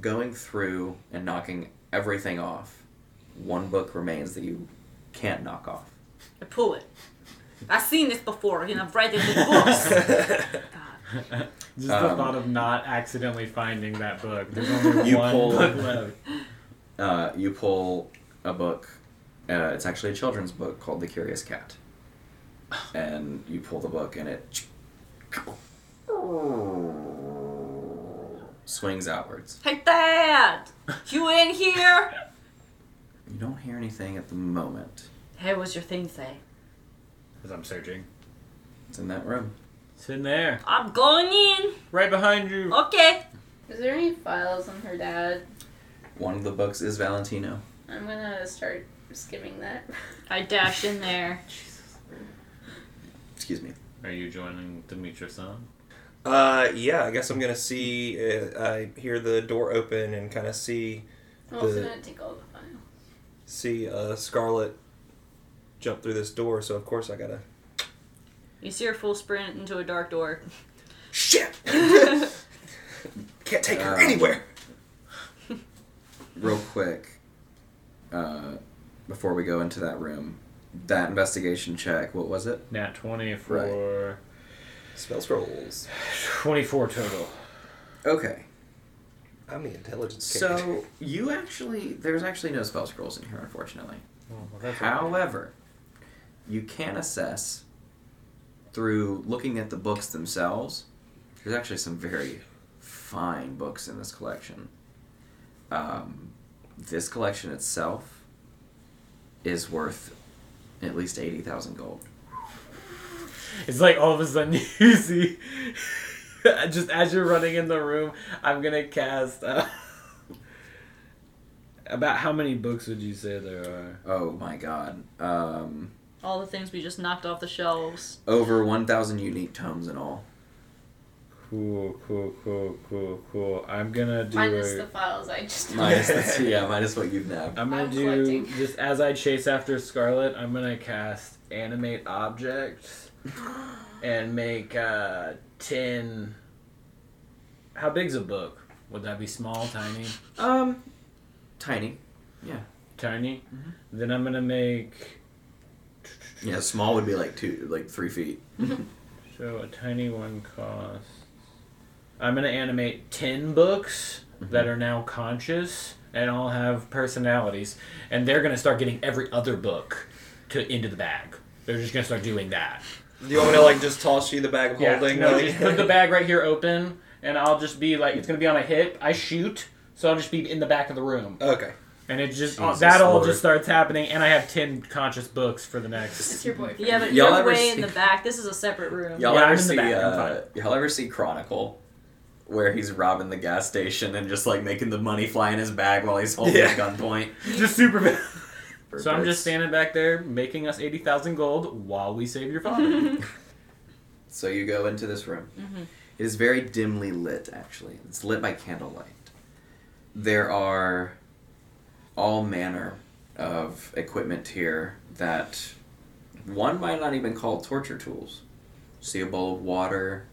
going through and knocking everything off, one book remains that you can't knock off. I pull it. I've seen this before, and I've read it in books. God. Just the Um, thought of not accidentally finding that book. There's only You one pull- book left. Uh, you pull a book. Uh, it's actually a children's book called The Curious Cat. And you pull the book, and it swings outwards. Hey, Dad! You in here? You don't hear anything at the moment. hey, what's your thing say? As I'm searching. It's in that room. It's in there. I'm going in. Right behind Oh. you. Okay. Is there any files on her dad? One of the books is Valentino. I'm gonna start skimming that. I dash in there. Excuse me. Are you joining Demetra-san? Uh, yeah, I guess I'm gonna see. Uh, I hear the door open and kind of see I'm also The- gonna take all the files. see uh, Scarlet jump through this door. So of course I gotta You see her full sprint into a dark door. shit. Can't take her Um, anywhere. Real quick, uh, before we go into that room, that investigation check, what was it? Nat 20 for Spell scrolls. 24 total. Okay. I'm the intelligence. character. So you actually there's actually no spell scrolls in here, unfortunately. Oh, However, you can assess through looking at the books themselves. There's actually some very fine books in this collection. Um, this collection itself is worth at least eighty thousand gold. It's like all of a sudden you see, just as you're running in the room, I'm gonna cast. Uh, about how many books would you say there are? Oh my god! Um, All the things we just knocked off the shelves. over one thousand unique tomes in all. Cool, cool, cool, cool, cool. I'm gonna do. Minus a- the files I just. Minus the, yeah, minus what you've nabbed. I'm gonna I'm do collecting. just as I chase after Scarlet. I'm gonna cast animate objects and make uh, ten. How big's a book? Would that be small, tiny, Um, tiny. tiny? Then I'm gonna make Yeah, small would be like two, like three feet. so a tiny one costs. I'm gonna animate ten books Mm-hmm. that are now conscious and all have personalities, and they're gonna start getting every other book to into the bag. They're just gonna start doing that. do you want me to like just toss you the bag of holding? Yeah, no, like- just put the bag right here open, and I'll just be like, it's gonna be on my hip. I shoot, so I'll just be in the back of the room, Okay. and it just Jesus that all Lord. just starts happening, and I have ten conscious books for the next. It's your boyfriend. Yeah, but Y'all you're ever way see- in the back. This is a separate room. Y'all Yeah, ever I'm in the see? back, I'm uh, y'all ever see Chronicle, where he's robbing the gas station and just like making the money fly in his bag while he's holding Yeah. a gunpoint? Just super. So I'm just standing back there, making us eighty thousand gold while we save your father. So you go into this room. It is very dimly lit. Actually, it's lit by candlelight. There are all manner of equipment here that one might not even call torture tools. See a bowl of water,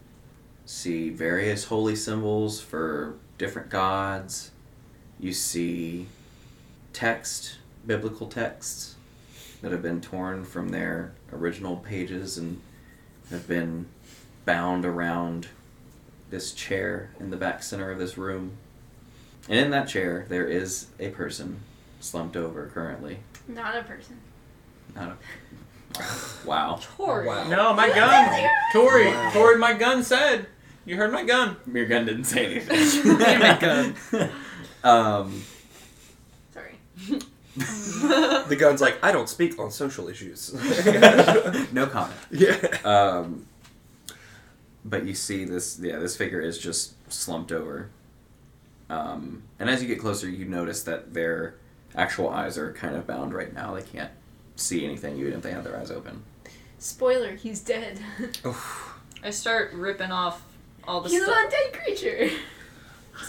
see various holy symbols for different gods. You see text, biblical texts that have been torn from their original pages and have been bound around this chair in the back center of this room. And in that chair, there is a person slumped over currently. Not a person. Not a... Oh, Wow. Tori. no, my gun, Tori, Tori, my gun said. You heard my gun. Your gun didn't say anything. my gun. Um, Sorry. The gun's like I don't speak on social issues. no comment. yeah. Um, but you see this, yeah, this figure is just slumped over. Um, and as you get closer, you notice that their actual eyes are kind of bound right now. They can't see anything, even if they have their eyes open. Spoiler, he's dead. I start ripping off all the he's an stuff. undead creature.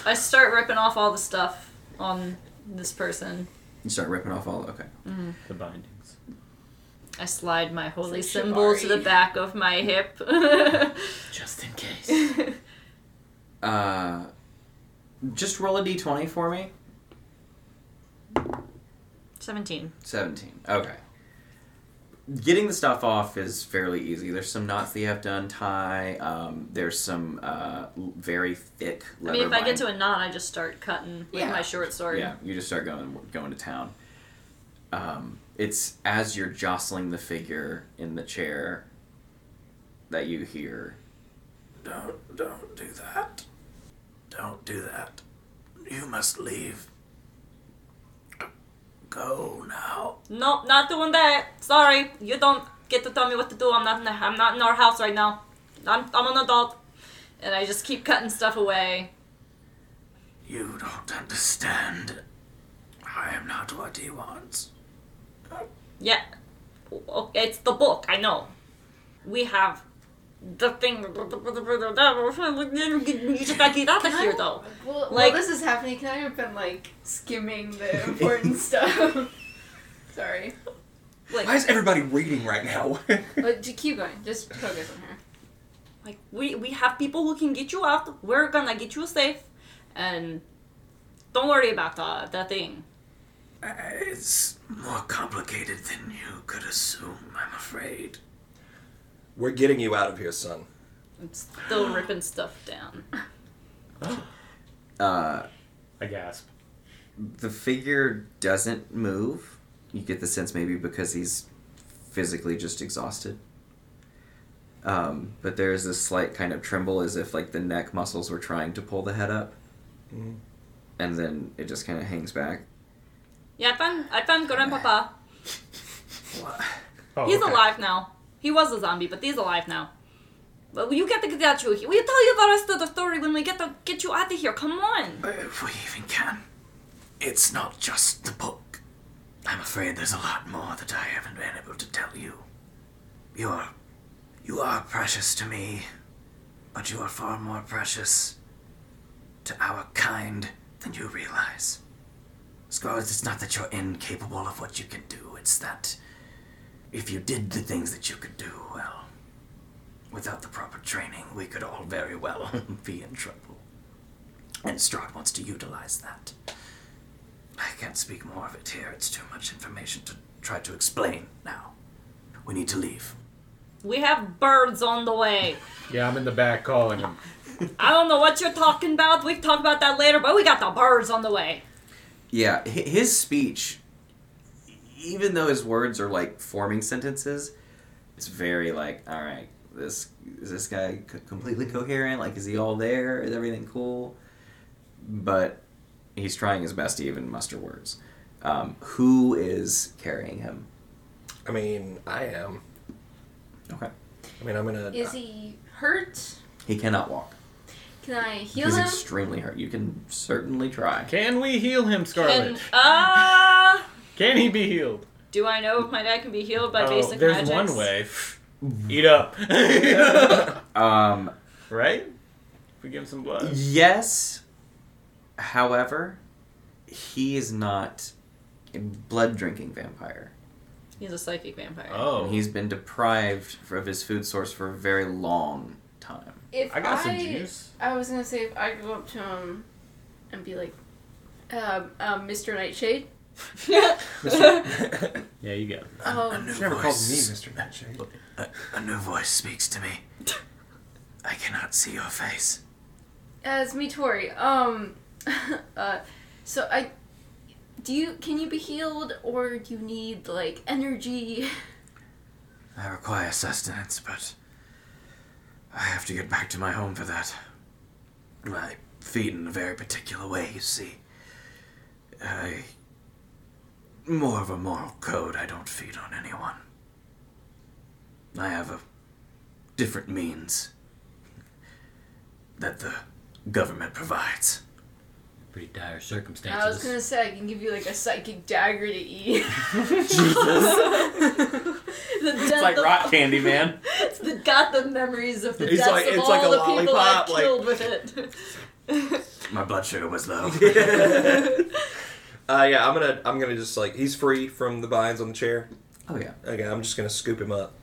I start ripping off all the stuff on this person. You start ripping off all. Okay. the bindings. I slide my holy like symbol to shibari. the back of my hip. Just in case. Uh, just roll a d20 for me. 17. 17. Okay. getting the stuff off is fairly easy. There's some knots that you have to untie. Um, there's some uh, l- very thick I leather. mean, if I get bind- to a knot, I just start cutting with Yeah. my short sword. yeah, you just start going going to town. Um, it's as you're jostling the figure in the chair that you hear. Don't don't do that. Don't do that. You must leave. Go now. No, not doing that. Sorry, you don't get to tell me what to do. I'm not in the, I'm not in our house right now. I'm, I'm an adult, and I just keep cutting stuff away. You don't understand. I am not what he wants. Yeah, O- it's the book. I know. We have the thing. You just gotta get out of here, though. Well, Like- while this is happening, can I have been like skimming the important stuff? Sorry. Like, Why is everybody reading right now? But to keep going. Just focus on her. like we we have people who can get you out. We're gonna get you safe, and don't worry about the the thing. It's more complicated than you could assume, I'm afraid. We're getting you out of here, son. I'm still ripping stuff down. Uh, I gasp. the figure doesn't move. You get the sense maybe because he's physically just exhausted. Um, but there is this slight kind of tremble as if like the neck muscles were trying to pull the head up. Mhm. And then it just kind of hangs back. Yeah, I found I found Grandpapa. Oh, Oh, He's okay. alive now. He was a zombie, but he's alive now. But you get to get out of here. We'll tell you the rest of the story when we get to get you out of here. Come on. If we even can. It's not just the book. I'm afraid there's a lot more that I haven't been able to tell you. You are. You are precious to me, but you are far more precious to our kind than you realize. Scarlet, it's not that you're incapable of what you can do, it's that if you did the things that you could do, well, without the proper training, we could all very well be in trouble. And Strahd wants to utilize that. I can't speak more of it here. It's too much information to try to explain now. We need to leave. We have birds on the way. Yeah, I'm in the back calling him. I don't know what you're talking about. We can talk about that later, but we got the birds on the way. Yeah, hi- his speech, even though his words are like forming sentences, it's very like, all right, this is this guy c- completely coherent? Like, is he all there? Is everything cool? But he's trying his best to even muster words. Um, who is carrying him? I mean, I am. Okay. I mean, I'm in a. Is he hurt? He cannot walk. Can I heal He's him? extremely hurt. You can certainly try. Can we heal him, Scarlet? And uh Can he be healed? do I know if my dad can be healed by Oh, basic there's magics? one way. Eat up. Um, right? If we give him some blood. yes. However, he is not a blood drinking vampire. He's a psychic vampire. Oh. He's been deprived of his food source for a very long time. If I got some juice. I was gonna say if I go up to him and be like, um, um, Mr. Nightshade. Yeah, you go. Um, She never calls me Mr. Nightshade. A new voice speaks to me. I cannot see your face. as me Tori. Um, uh, so I, do you can you be healed or do you need like energy? I require sustenance, but I have to get back to my home for that. I feed in a very particular way, you see. I. More of a moral code, I don't feed on anyone. I have a different means that the government provides. Pretty dire I was circumstances. gonna say I can give you like a psychic dagger to eat. The It's like rock candy, man. that got the memories of the It's deaths like- of it's all like a the people I lollipop, like- killed with it. My blood sugar was low. Uh, yeah, I'm gonna. I'm gonna just like he's free from the binds on the chair. oh, yeah. Okay, I'm just gonna scoop him up.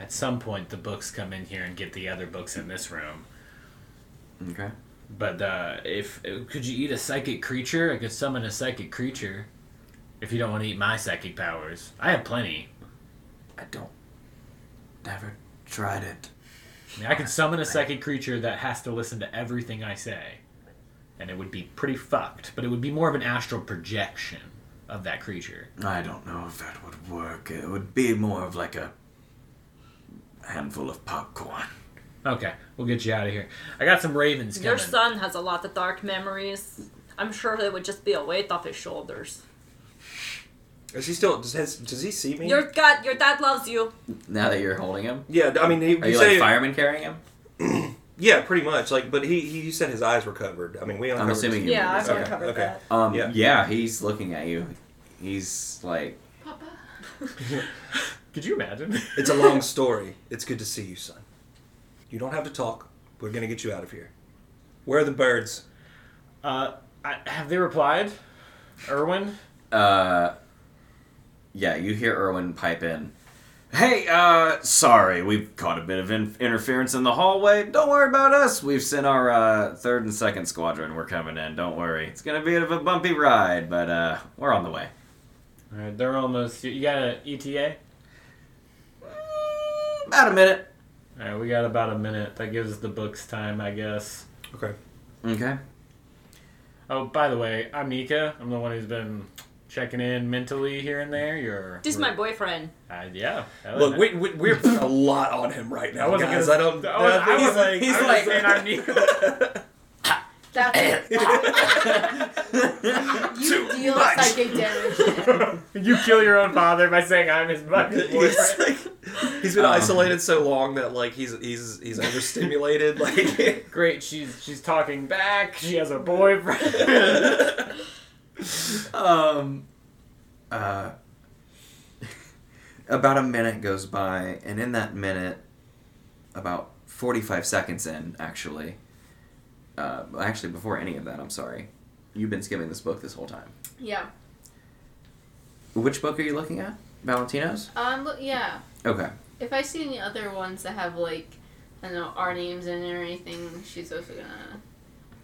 At some point, the books come in here and get the other books in this room. Okay. But uh, if could you eat a psychic creature? I could summon a psychic creature. If you don't want to eat my psychic powers, I have plenty. I don't. Never tried it. I mean, I could summon a psychic creature that has to listen to everything I say, and it would be pretty fucked. But it would be more of an astral projection of that creature. I don't know if that would work. It would be more of like a handful of popcorn. Okay, we'll get you out of here. I got some ravens coming. Your son has a lot of dark memories. I'm sure it would just be a weight off his shoulders. Is he still? Does, has, does he see me? Your God, your dad loves you. Now that you're holding him, yeah, I mean, he, are you you say, like fireman carrying him? yeah, pretty much. Like, but he, he you said his eyes were covered. I mean, we. I'm uncovered- assuming you. Yeah, I've Okay, uncovered okay. that. Um, Yeah. yeah. he's looking at you. He's like, Papa. Could you imagine? It's a long story. It's good to see you, son. You don't have to talk. We're gonna get you out of here. Where are the birds? Uh, I, have they replied, Erwin? uh, yeah. You hear Erwin pipe in. Hey, uh, sorry, we've caught a bit of in- interference in the hallway. Don't worry about us. We've sent our uh, third and second squadron. We're coming in. Don't worry. It's gonna be a bit of a bumpy ride, but uh, we're on the way. All right, they're almost. You got E an ETA? About a minute. All right, we got about a minute. That gives the books time, I guess. Okay. Okay. Oh, by the way, I'm Nika. I'm the one who's been checking in mentally here and there. You're. This is my boyfriend. Uh, yeah. that was Look, we, we, we're putting a lot on him right I now, wasn't guys. gonna- I don't. I was- I was he's- like- he's I was like- saying I'm Nico. That's Uh, you Too deal much. psychic damage. you kill your own father by saying I'm his fucking He's, boyfriend. like, he's been Um. isolated so long that like he's he's he's overstimulated. Like Great, she's she's talking back. She has a boyfriend. um, uh, about a minute goes by, and in that minute, about 45 seconds in, actually, uh, actually, before any of that, I'm sorry. You've been skimming this book this whole time. yeah. Which book are you looking at? Valentino's? Um. Look, yeah. Okay. If I see any other ones that have like, I don't know, our names in it or anything, she's also gonna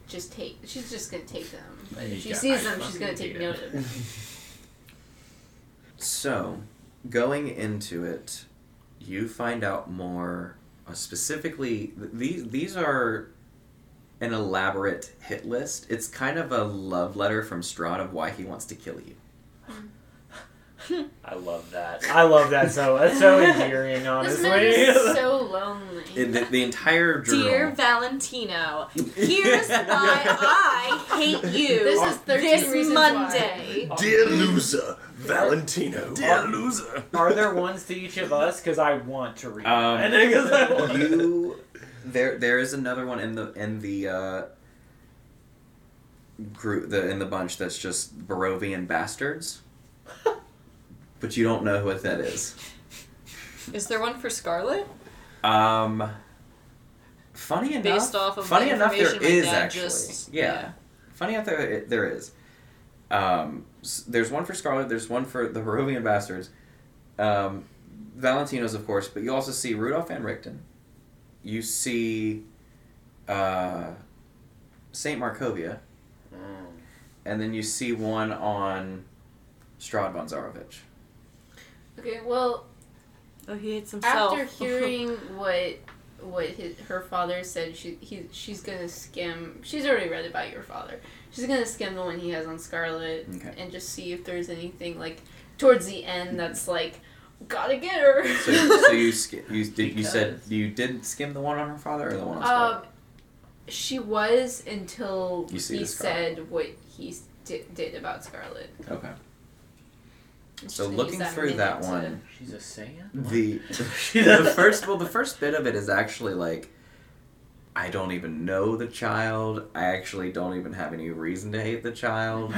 just take. She's just gonna take them. But if she Yeah, sees I them, she's fucking gonna hate take it. note of them. So, going into it, you find out more uh, specifically. th- These these are an elaborate hit list. It's kind of a love letter from Strahd of why he wants to kill you. I love that. I love that so. That's so endearing, This honestly. man is so lonely. It- the, the entire journal. Dear Valentino, here's why I hate you. This is 13 this reasons Monday. Dear loser, Valentino. Dear loser. Are there ones to each of us? Because I want to read. Um, And then 'cause I want- you there there is another one in the in the uh, group the in the bunch that's just Barovian bastards. But you don't know what that is. Is there one for Scarlet? Um, funny enough, Based off of funny the enough, there information my is dad actually, just- yeah. yeah. funny enough, there there is. Um, s- there's one for Scarlet. There's one for the Barovian Bastards. Um, Valentino's, of course, but you also see Rudolph Van Richten. You see, uh, Saint Markovia, Mm, and then you see one on Strad von Zarovich. Okay. Well, Oh, he hates after hearing what what his, her father said, she he, she's gonna skim. She's already read about your father. She's gonna skim the one he has on Scarlet Okay. and just see if there's anything like towards the end that's like gotta get her. So, so you sk- you did you said Because- Uh, you did skim the one on her father or the one on Scarlet? um, she was until You see he the Scarlet. said what he s- did, did about Scarlet. Okay. And she's So gonna looking use that through minute that to- one, She's a sand? the the first well, the first bit of it is actually like, I don't even know the child. I actually don't even have any reason to hate the child,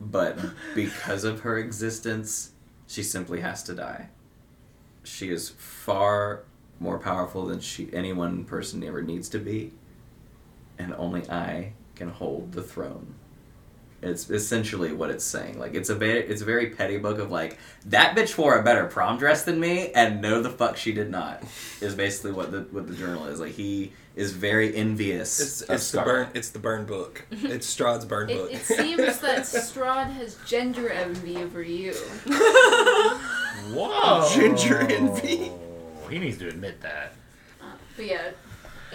but because of her existence, she simply has to die. She is far more powerful than she any one person ever needs to be, and only I can hold the throne. It's essentially what it's saying. Like it's a ve- it's a very petty book of like that bitch wore a better prom dress than me, and no, the fuck she did not. Is basically what the what the journal is like. He is very envious. It's, of it's the burn. Scarlet. It's the burn book. It's Strahd's burn It, book. it seems that Strahd has gender envy over you. Whoa. Ginger envy. He needs to admit that. But yeah,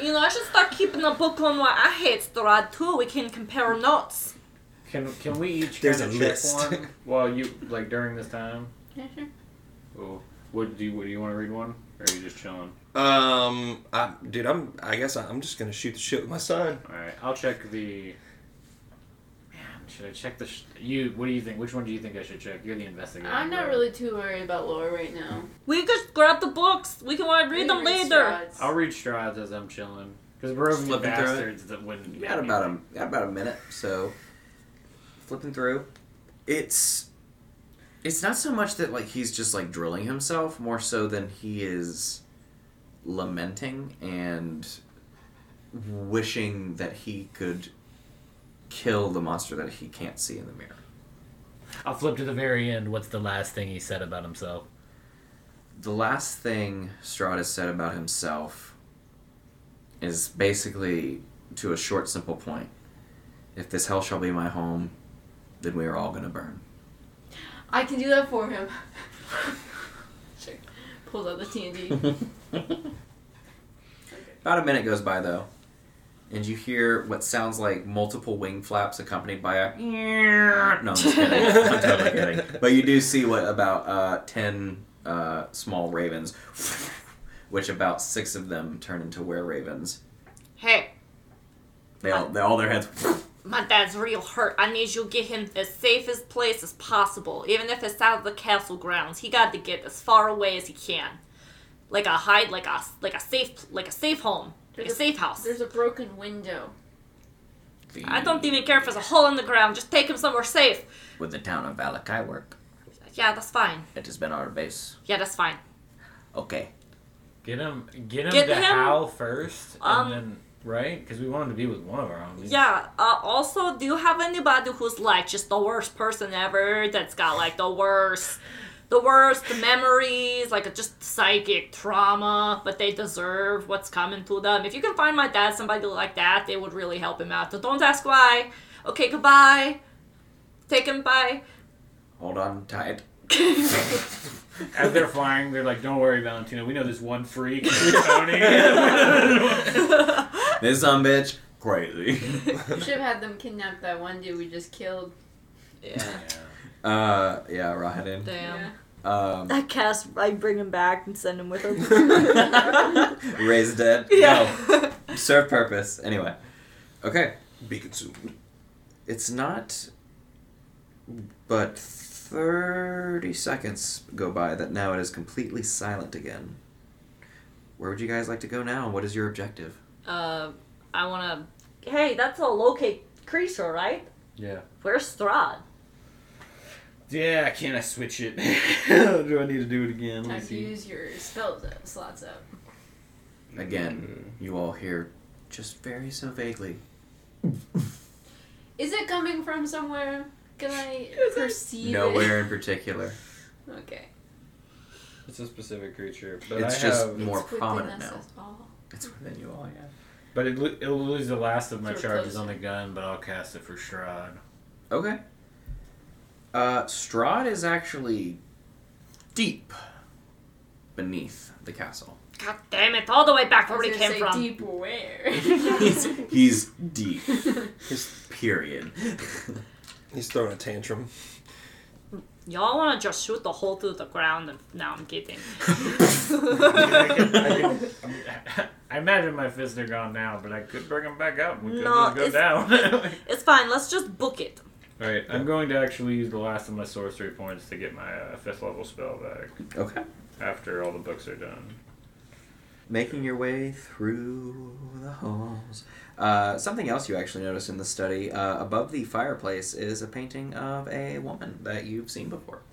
You know, I should start keeping a book on what I hate, Strad, too. We can compare notes. Can can we each There's kind of a check list. one while you like during this time? yeah, sure. Oh, what do you what do you want to read one? Or are you just chilling? Um, I, dude, I'm. I guess I, I'm just gonna shoot the shit with my son. All right, I'll check the. Man, should I check the? Sh- you what do you think? Which one do you think I should check? You're the investigator. I'm not right? really too worried about Laura right now. We just grab the books. We can uh, read them Maybe later. Strahd's. I'll read Strides as I'm chilling because we're over the Flipping through it. bastards that wouldn't. You got about a got about a minute, so flipping through. It's it's not so much that like he's just like drilling himself, more so than he is lamenting and wishing that he could kill the monster that he can't see in the mirror. I'll flip to the very end. What's the last thing he said about himself? the last thing Strata said about himself is basically to a short, simple point. If this hell shall be my home, then we are all gonna burn. I can do that for him. sure. Pulls out the TNT. About a minute goes by though, and you hear what sounds like multiple wing flaps accompanied by a. No, I'm just kidding. I'm totally kidding. But you do see what about uh, ten uh, small ravens, which about six of them turn into were ravens. Hey, They all, they all their heads. my dad's real hurt. I need you to get him as safe as place as possible, even if it's out of the castle grounds. He got to get as far away as he can, like a hide, like a like a safe, like a safe home, like a safe house. There's a broken window. I don't even care if it's a hole in the ground. Just take him somewhere safe. With the town of Valakai work. Yeah, that's fine. It has been our base. Yeah, that's fine. Okay. Get him. Get him Get to him- Hal first, Um, and then right because we want him to be with one of our homies. Yeah. Uh, also, do you have anybody who's like just the worst person ever? That's got like the worst, the worst memories, like just psychic trauma, but they deserve what's coming to them. If you can find my dad somebody like that, they would really help him out. So don't ask why. Okay, goodbye. Take him bye. Hold on tight. As they're flying, they're like, "Don't worry, Valentino. We know this one freak, Tony." This some bitch crazy. We should have had them kidnap that one dude we just killed. Yeah. Uh yeah, Rahadin. Damn. Um I cast, I bring him back and send him with us. Raise dead. yeah. No. Serve purpose. Anyway. Okay. Be consumed. It's not but thirty seconds go by that now it is completely silent again. Where would you guys like to go now? What is your objective? Uh, I wanna. Hey, that's a locate creature, right? yeah. Where's Strahd? Yeah. Can I switch it? do I need to do it again? Time to use your spell zo- slots up. Again, you all hear just very so vaguely. Is it coming from somewhere? Can I perceive it? Nowhere in particular. Okay. It's a specific creature, but It's I just- have. More it's within prominent us now. as all. It's within you all, yeah. But it, lo- it'll lose the last of my Sort of charges close. on the gun, but I'll cast it for Strahd. Okay. Uh, Strahd is actually deep beneath the castle. God damn it! All the way back I where we was gonna came say from. deep where? He's, he's deep. Just period. He's throwing a tantrum. Y'all want to just shoot the hole through the ground? And now I'm kidding. I imagine my fists are gone now, but I could bring them back up. We could No, just go it's- down. It's fine. Let's just book it. All right, I'm going to actually use the last of my sorcery points to get my uh, fifth level spell back okay. after all the books are done. Making your way through the halls. Uh, something else you actually noticed in the study uh, above the fireplace is a painting of a woman that you've seen before.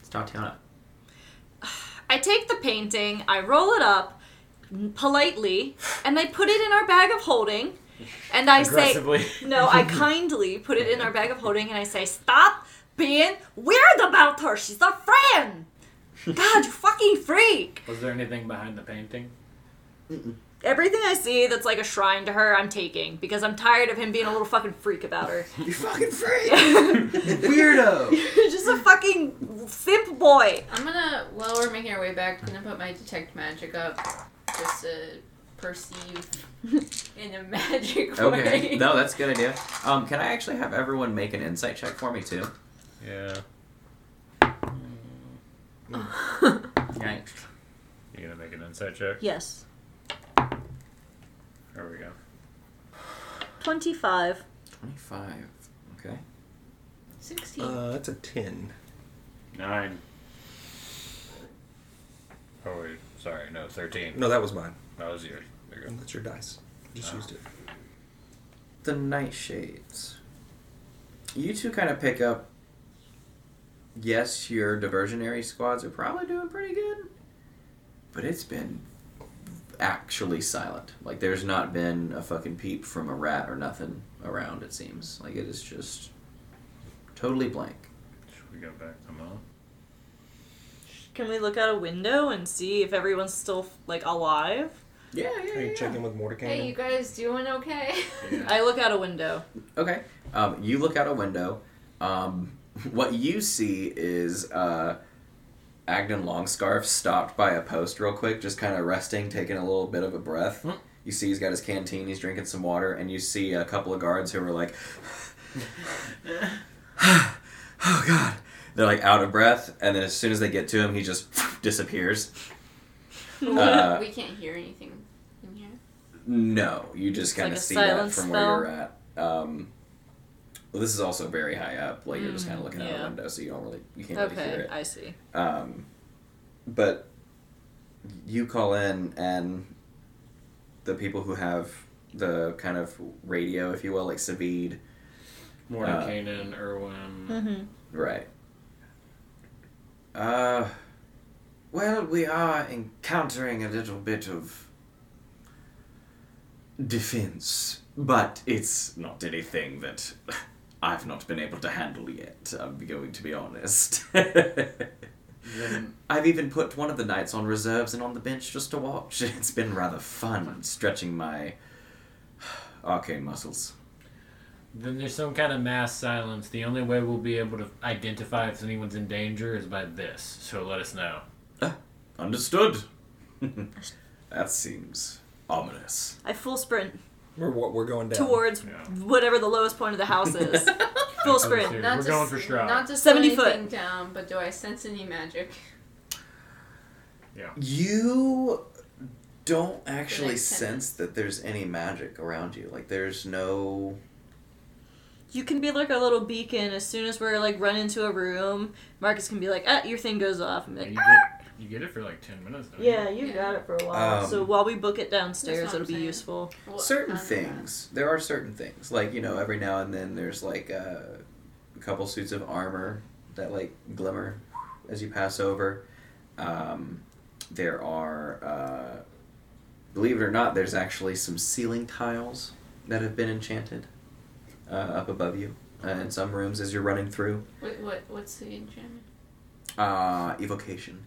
It's Tatiana. I take the painting, I roll it up politely, and I put it in our bag of holding. And I say, Aggressively. no, I kindly put it in our bag of holding, and I say, stop being weird about her. She's our friend. God, you fucking freak. Was there anything behind the painting? everything I see that's like a shrine to her, I'm taking because I'm tired of him being a little fucking freak about her. You fucking freak! Weirdo! You're just a fucking simp boy. I'm gonna, while we're making our way back, I'm gonna put my detect magic up just to perceive in a magic way. Okay. No, that's a good idea. Um, can I actually have everyone make an insight check for me too? Yeah. Yikes. You gonna make an insight check? yes. There we go. 25. Twenty-five. Okay. 16. Uh, that's a 10. Nine. Oh wait, sorry, no, thirteen. No, that was mine. That was yours. There you go. That's your dice. Just used it. the nightshades. You two kind of pick up. Yes, your diversionary squads are probably doing pretty good, but it's been actually silent. Like there's not been a fucking peep from a rat or nothing around. It seems like it is just totally blank. Should we go back to Mom? Can we look out a window and see if everyone's still like alive? Yeah, yeah. Are you yeah. checking with Mordecai? Hey, you guys doing okay? I look out a window. Okay. Um, you look out a window. Um, what you see is uh, Agnon Longscarf stopped by a post real quick, just kind of resting, taking a little bit of a breath. You see he's got his canteen, he's drinking some water, and you see a couple of guards who are like, oh god. They're like out of breath, and then as soon as they get to him, he just disappears. Uh, we can't hear anything in here. No, you just kind of like a see that silent from spell. where you're at. Um, well, this is also very high up. Like you're just kind of looking out Hmm, yeah. the window, so you don't really you can't really Okay, hear I see. it. Um, but you call in, and the people who have the kind of radio, if you will, like Savid, Mordekainen, Irwin. Mm-hmm. right? Uh, well, we are encountering a little bit of defense, but it's not anything that I've not been able to handle yet. I'm going to be honest. Then I've even put one of the knights on reserves and on the bench just to watch. It's been rather fun stretching my arcane muscles. Then there's some kind of mass silence. The only way we'll be able to identify if anyone's in danger is by this. So let us know. Understood. that seems ominous. I full sprint We're, what, we're going down. towards Yeah. whatever the lowest point of the house is. full sprint. Dude, Not we're to going s- for Stroud. Not to 70 slow foot. anything down, but do I sense any magic? You don't actually Like sense that there's any magic around you. Like there's no You can be like a little beacon. As soon as we're like run into a room, Marcus can be like, "Ah, your thing goes off." And be You like, "Ah!" get, you get it for like ten minutes. Don't "Yeah, You? you Yeah. got it for a while." Um, so while we book it That's downstairs, what I'm it'll be saying. useful. Well, certain I don't know. things. There are certain things. Like, you know, every now and then there's like uh, a couple suits of armor that like glimmer as you pass over. Um, there are, uh, believe it or not, there's actually some ceiling tiles that have been enchanted uh, up above you uh, in some rooms as you're running through. What, what, what's the enchantment? Uh, evocation.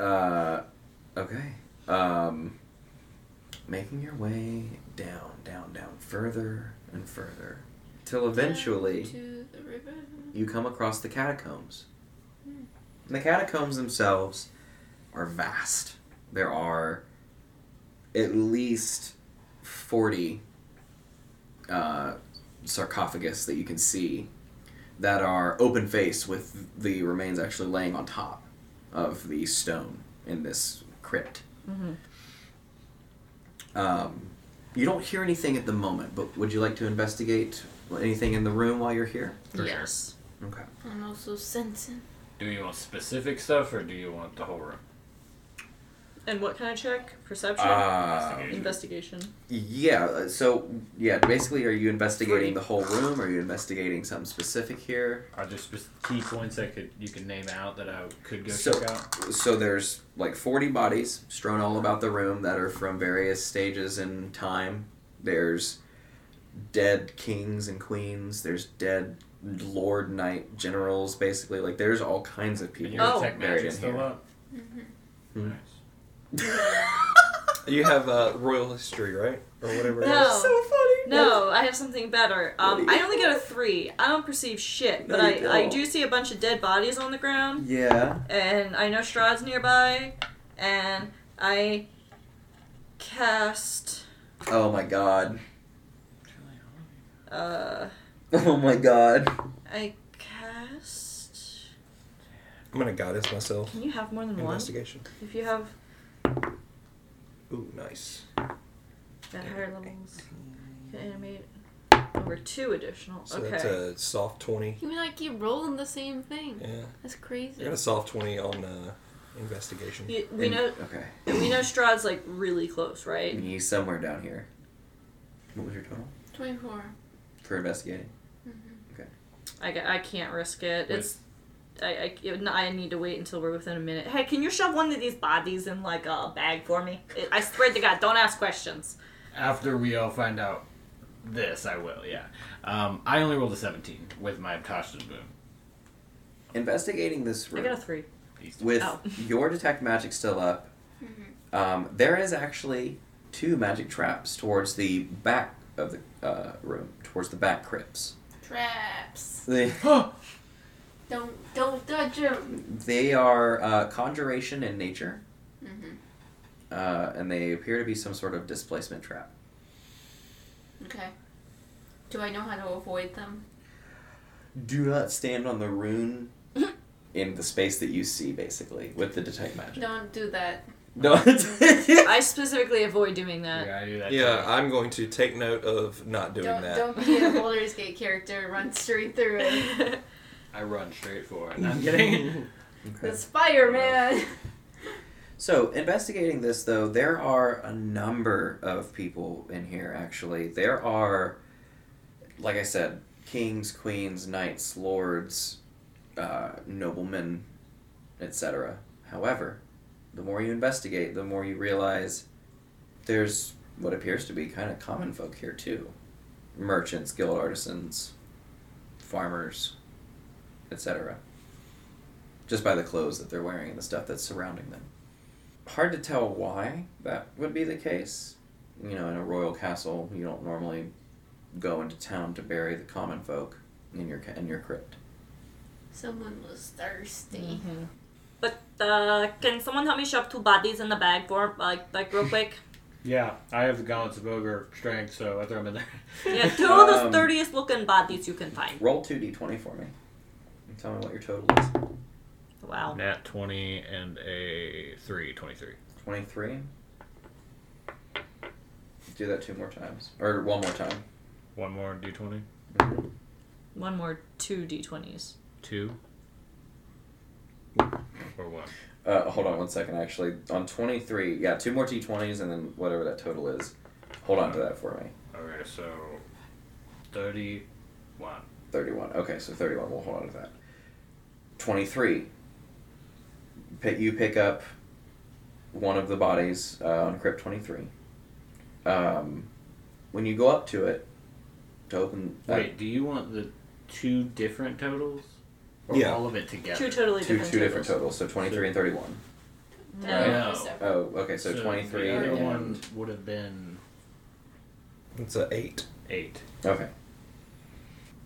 Uh, okay. Um, making your way down, down, down, further and further, till eventually To the river? you come across the catacombs. And the catacombs themselves are vast. There are at least 40 uh, sarcophagus that you can see that are open faced with the remains actually laying on top of the stone in this crypt. Um, you don't hear anything at the moment, but would you like to investigate anything in the room while you're here? For sure. yes. Okay. I'm also sensing. Do you want specific stuff or do you want the whole room? And what can I check? Perception, Um, Uh, investigation. yeah. uh, So yeah, basically, are you investigating Three. the whole room? Or are you investigating something specific here? Are there spec- key points that could you could name out that I could go So- check out? So there's like forty bodies strewn all about the room that are from various stages in time. There's dead kings and queens. There's dead lord knight generals. Basically, like there's all kinds of And people your Oh. Mm-hmm. detect Mm-hmm. buried magic in still here. up? Mhm. Nice. You have uh, royal history, right, or whatever. it No. is. So funny. No, I have something better. Um, I only got a three. I don't perceive shit, No, but you I, I don't. do see a bunch of dead bodies on the ground, Yeah. and I know Strahd's nearby, and I cast. Oh my god. Uh, Oh my god. I cast. I'm gonna goddess myself. Can you have more than one? Investigation. If you have Ooh, nice. that higher levels, you can animate over two additional. So that's okay. a soft twenty. You and I keep rolling the same thing. Yeah, That's I crazy. got a soft twenty on uh, investigation. You- we know Okay. we know Strahd's like really close, right? He's somewhere down here. What was your total 24. for investigating? I, ca- I can't risk it. It's I, I, it- no, I need to wait until we're within a minute. Hey, can you shove one of these bodies in like a bag for me? I swear to God, don't ask questions. After we all find out this, I will, yeah. Um, I only rolled a 17 with my Tasha's boom. Investigating this I room got a three. with Oh. your detect magic still up. Mm-hmm. Um, there is actually two magic traps towards the back of the uh, room, towards the back crypts. Traps. They Don't don't touch them. they are uh, conjuration in nature, Mm-hmm. Mhm. uh, and they appear to be some sort of displacement trap. Okay. Do I know how to avoid them? Do not stand on the rune in the space that you see, basically, with the detect magic. Don't do that. No. I specifically avoid doing that. Yeah, I do that. Yeah, too. I'm going to take note of not doing don't that. don't be a Baldur's Gate character. Run straight through it. I run straight for it. No, I'm kidding. The Spider-Man. So, investigating this, though, there are a number of people in here, actually. There are, like I said, kings, queens, knights, lords, uh, noblemen, etc. However, the more you investigate, the more you realize there's what appears to be kind of common folk here, too merchants, guild artisans, farmers, etc. Just by the clothes that they're wearing and the stuff that's surrounding them hard to tell why that would be the case. You know, in a royal castle, you don't normally go into town to bury the common folk in your ca- in your crypt. Someone was thirsty. Mhm. But uh, can someone help me shove two bodies in the bag for like like real quick? Yeah, I have the gauntlets of ogre strength, so I throw them in there. Yeah, two of the Um, sturdiest looking bodies you can find. Roll two d twenty for me. And tell me what your total is. Wow. Nat 20 and a 3, 23. Twenty three. Do that two more times, or one more time. Mm-hmm. One more d20. One more two d20s. Two. Or one. Uh, hold on one second. Actually, on twenty three, yeah, two more d twenties, and then whatever that total is. Hold on to that for me. Okay, so 31. 31. Okay, so 31. We'll hold on to that. 23. Pick, you pick up one of the bodies uh, on Crypt 23. Um, when you go up to it, to open uh, Wait, do you want the two different totals? Or Yeah. all of it together? Two totally two, different. two different totals, tables. so 23 and 31. Mm-hmm. No. Oh, okay, so, 23. The other and- one would have been It's a eight. eight. Okay.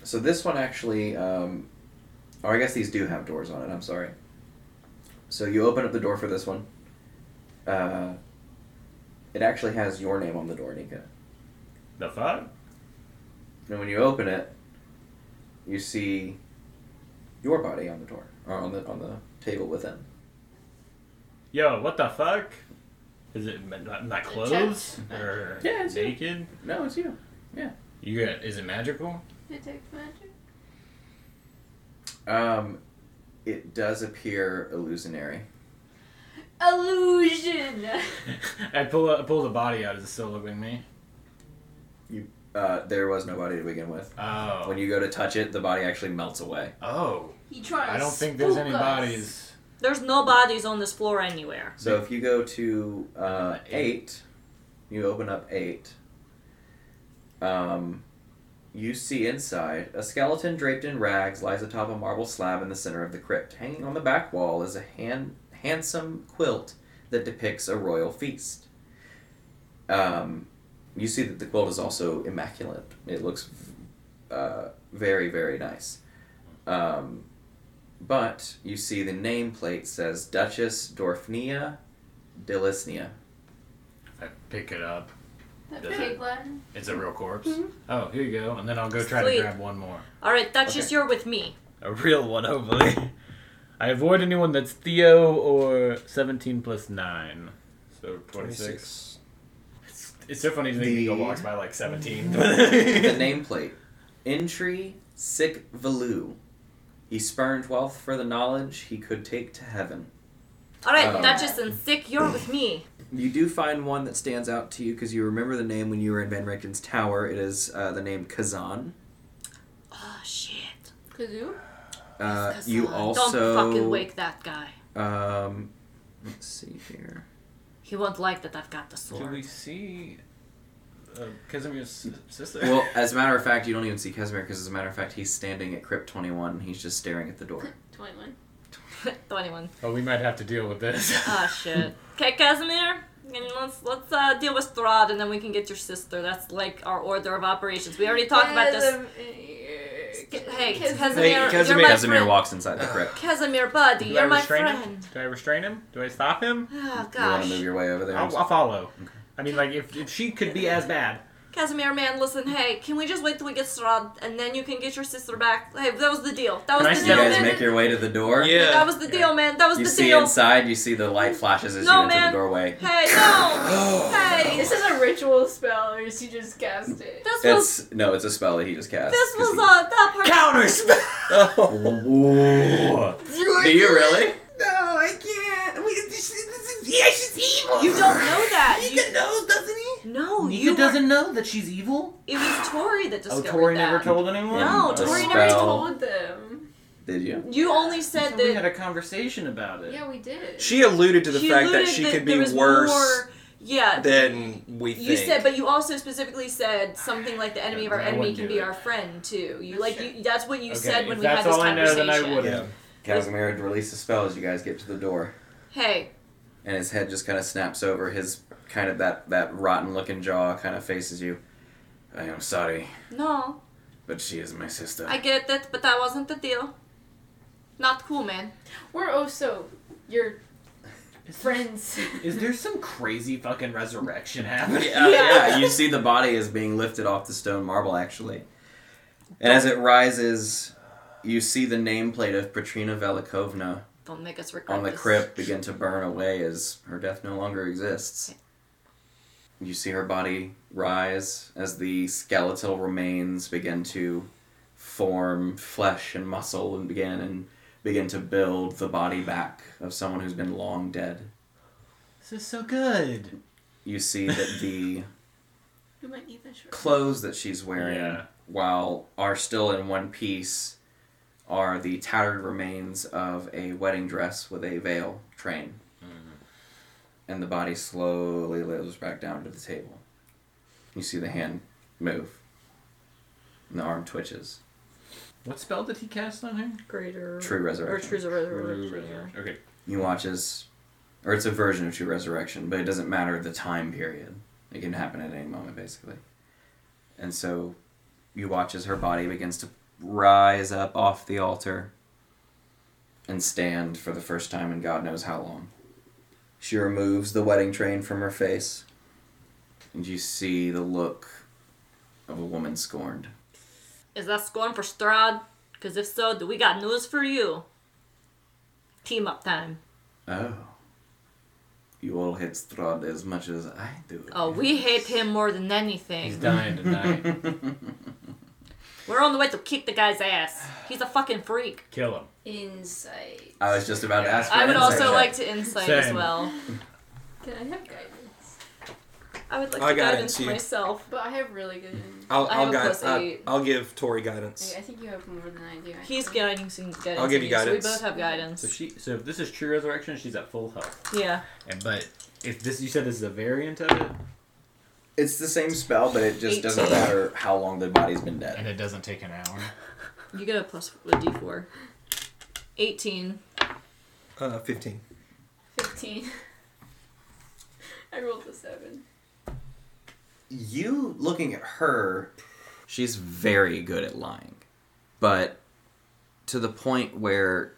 So this one actually, um, or I guess these do have doors on it. I'm sorry. So you open up the door for this one. Uh, it actually has your name on the door, Nika. The five? And when you open it, you see your body on the door or on the on the table within. Yo, what the fuck? Is it ma- not, not clothes? Check. Or Yeah, it's you. naked? No, it's you. You got, is it magical? Detect magic. Um, it does appear illusionary. Illusion. I pull I pull the body out. Is it still looking at me? Uh, there was no body to begin with. Oh. When you go to touch it, the body actually melts away. Oh. He tries. I don't think there's any bodies. There's no bodies on this floor anywhere. So if you go to uh, eight, you open up eight. Um, you see inside a skeleton draped in rags lies atop a marble slab in the center of the crypt. Hanging on the back wall is a hand, handsome quilt that depicts a royal feast. Um, you see that the quilt is also immaculate. It looks uh, very, very nice. Um, but you see the nameplate says Duchess Dorfnia Delisnia. I pick it up. That Does pig it- Latin. It's a real corpse. Oh, here you go. And then I'll go try Mm-hmm. Sweet. to grab one more. All right, Duchess, Okay. you're with me. A real one, hopefully. I avoid anyone that's Theo or 17 plus 9. So 26. It's, it's so funny to think The- Nico walks by like 17. the nameplate. Entry sic velu. He spurned wealth for the knowledge he could take to heaven. All right, Oh. Duchess and Thick, you're with me. You do find one that stands out to you because you remember the name when you were in Van Richten's tower. It is uh, the name Kazan. Oh shit! Kazoo. Uh, Kazan. you also don't fucking wake that guy. Um, let's see here. He won't like that I've got the Do sword. we see uh, Casimir's sister? Well, as a matter of fact, you don't even see Casimir because, as a matter of fact, he's standing at Crypt Twenty One. and He's just staring at the door. 21. Twenty-one. oh, we might have to deal with this. Oh shit. Okay, Casimir. And let's let's uh, deal with Strahd, and then we can get your sister. That's like our order of operations. We already talked about this. this. Hey, Hey, Casimir, Casimir, you're my Casimir friend. Oh, walks inside Oh, the crypt. Casimir, buddy, Do I you're my restrain him? friend. Do I restrain him? Do I stop him? Oh You want to move gosh, your way over there? I'll, I'll follow. I mean, like, if, if she could be as bad. Casimir, man, listen, hey, can we just wait till we get Strahd, and then you can get your sister back? Hey, that was the deal. That Can was I the see you deal, guys man. make your way to the door. Yeah. That was the deal, man. That was You the see deal. inside. You see the light flashes as No, you enter man. the doorway. Hey, no, hey, This is a ritual spell, or is he just cast it? this was It's no, it's a spell that he just cast. this 'cause was uh that part. Counter spell! he- Do you really? No, I can't. We, this, this is, yeah, she's evil. You don't know that. You, knows, doesn't he? no, Nika you were- doesn't know that she's evil? It was Tori that Oh, discovered Tori that. never told anyone? Oh. No, And a Tori I never spell- told them. Did you? You only said we that had a conversation about it. Yeah, we did. She alluded to the she fact that alluded she that could there be was worse More, yeah. than we think. you said, but you also specifically said something like the enemy of our I enemy wouldn't can do be it. our friend too. You like Sure. you, that's what you Okay, said when if we had that's this all I know, conversation. then I would've. yeah. Casimir had released a spell as you guys get to the door, Hey, and his head just kind of snaps over. His kind of that that rotten looking jaw kind of faces you. I am sorry, no, but she is my sister. I get it, but that wasn't the deal. Not cool, man. We're also your friends. Is there some crazy fucking resurrection happening? Yeah, yeah, you see the body is being lifted off the stone marble, actually. And as it rises, you see the nameplate of Petrina Velikovna Don't make us regret on the this. crypt begin to burn away as her death no longer exists. You see her body rise as the skeletal remains begin to form flesh and muscle and begin and begin to build the body back of someone who's been long dead. This is so good. You see that the you might need that short. clothes that she's wearing Yeah. while are still in one piece are the tattered remains of a wedding dress with a veil train and the body slowly lowers back down to the table you see the hand move and the arm twitches What spell did he cast on her? Greater. true Or resurrection true resurrection. Okay. you watch as or it's a version of true resurrection but it doesn't matter the time period it can happen at any moment basically and so you watch as her body begins to rise up off the altar and stand for the first time in god knows how long she removes the wedding train from her face and you see the look of a woman scorned Is that scorn for Strahd? Because if so, do we got news for you? Team up time. oh you all hate Strahd as much as I do. Oh, we hate him more than He's anything. dying tonight. We're on the way to kick the guy's ass. He's a fucking freak. Kill him. Insight. I was just about to ask. For I an would insight also check. like to insight as Same. well. Can I have guidance? I would like I to got guidance it, too. myself. But I have really good. in- I'll, I I'll, have a guide, plus I, eight. I'll give Tori I guidance. think you have more than I do. He's actually. guiding some guidance. I'll give to me, you guidance. So we both have So guidance. she. So if this is true resurrection, she's at full health. Yeah. And but if this, you said this is a variant of it, It's the same spell, but it just doesn't 18. matter how long the body's been And dead. it doesn't take an hour. You get a plus a d4. 18. Uh, 15. 15. I rolled a 7. you looking at her, she's very good at lying, but to the point where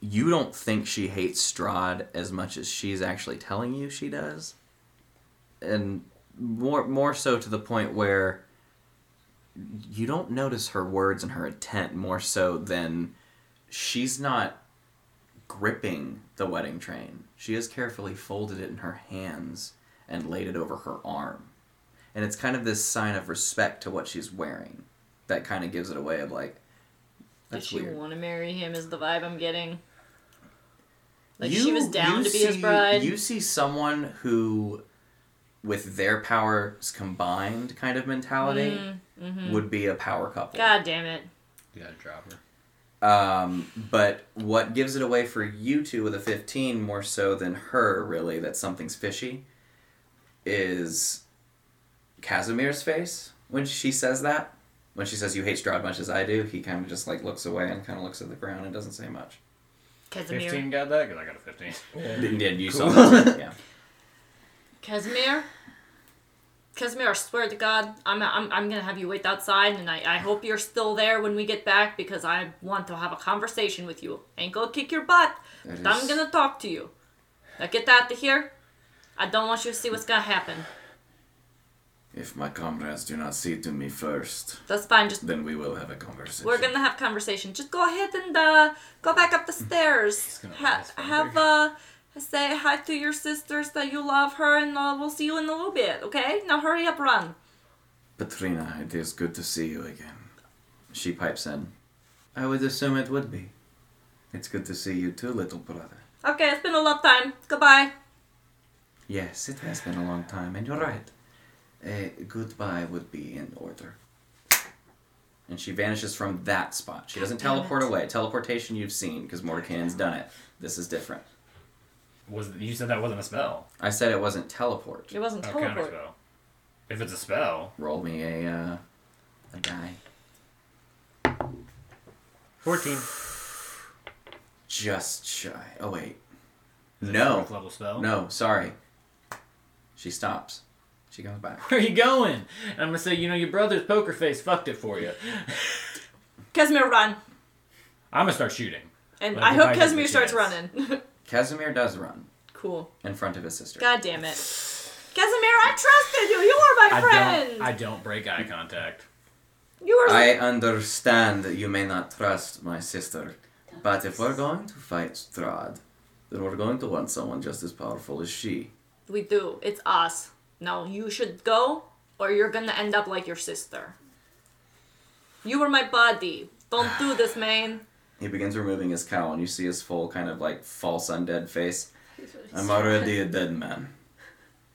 you don't think she hates Strahd as much as she's actually telling you she does, and more more so to the point where you don't notice her words and her intent more so than she's not gripping the wedding train. She has carefully folded it in her hands and laid it over her arm. And it's kind of this sign of respect to what she's wearing that kind of gives it away of like, Does that's she weird. want to marry him? Is the vibe I'm getting. Like You- she was you down to be his see- bride. You see someone who, with their powers combined kind of mentality, Mm, mm-hmm. would be a power couple. God damn it! You gotta drop her. Um, but what gives it away for you two with a 15 more so than her, really, that something's fishy, is Casimir's face when she says that. When she says, You hate Stroud much as I do, he kind of just like looks away and kind of looks at the ground and doesn't say much. Casimir. Fifteen got that? Cause I got a fifteen. Didn't you saw that? Yeah. Casimir. Casimir, I swear to God, I'm, I'm, I'm gonna have you wait outside, and I, I hope you're still there when we get back because I want to have a conversation with you. Ain't gonna kick your butt, That but I'm is- gonna talk to you. Now get out of here. I don't want you to see what's gonna happen. If my comrades do not see to me first, That's fine. Just then we will have a conversation. We're gonna have conversation. Just go ahead and uh, go back up the stairs. gonna Ha- ask have uh, say hi to your sisters that you love her, and uh, we'll see you in a little bit. Okay? Now hurry up, run. Petrina, it is good to see you again. She pipes in. I would assume it would be. It's good to see you too, little brother. Okay, it's been a long time. Goodbye. Yes, it has been a long time, and you're right. A goodbye would be in order. And she vanishes from that spot. She doesn't teleport away. Teleportation you've seen because Mordecai's done it. This is different. Was you said that wasn't a spell? I said it wasn't teleport. It wasn't Oh, counter teleport. spell. If it's a spell, Roll me a uh, a die. Fourteen. Just shy. Oh wait. is it a No. fourth level spell. No, sorry. She stops. She comes back. Where are you going? And I'm gonna say, you know, your brother's poker face fucked it for you. Casimir, run. I'm gonna start shooting. And Well, I he hope might have Casimir the starts chance. running. Casimir does run cool. in front of his sister. God damn it. Casimir, I trusted you. You are my I friend. don't. I don't break eye contact. You are. I understand that you may not trust my sister, but if we're going to fight Strahd, then we're going to want someone just as powerful as she. We do. It's us. Now you should go, or you're gonna end up like your sister. You were my buddy. Don't do this, man. He begins removing his cowl, and you see his full, kind of like false undead face. I'm already a dead man.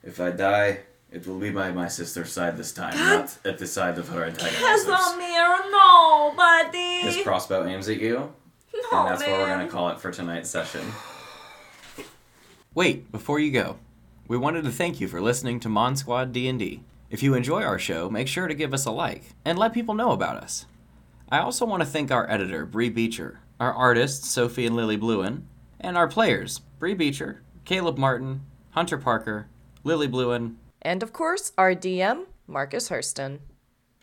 If I die, it will be by my sister's side this time, not at the side of her antagonist. Casimir, no, His buddy. crossbow aims at you, No, and that's Oh, man. what we're going to call it for tonight's session. Wait, before you go, we wanted to thank you for listening to Mon Squad D&D. If you enjoy our show, make sure to give us a like and let people know about us. I also want to thank our editor, Bree Beecher, our artists, Sophie and Lily Bluen, and our players, Bree Beecher, Caleb Martin, Hunter Parker, Lily Bluen, And of course, our DM, Marcus Hurston.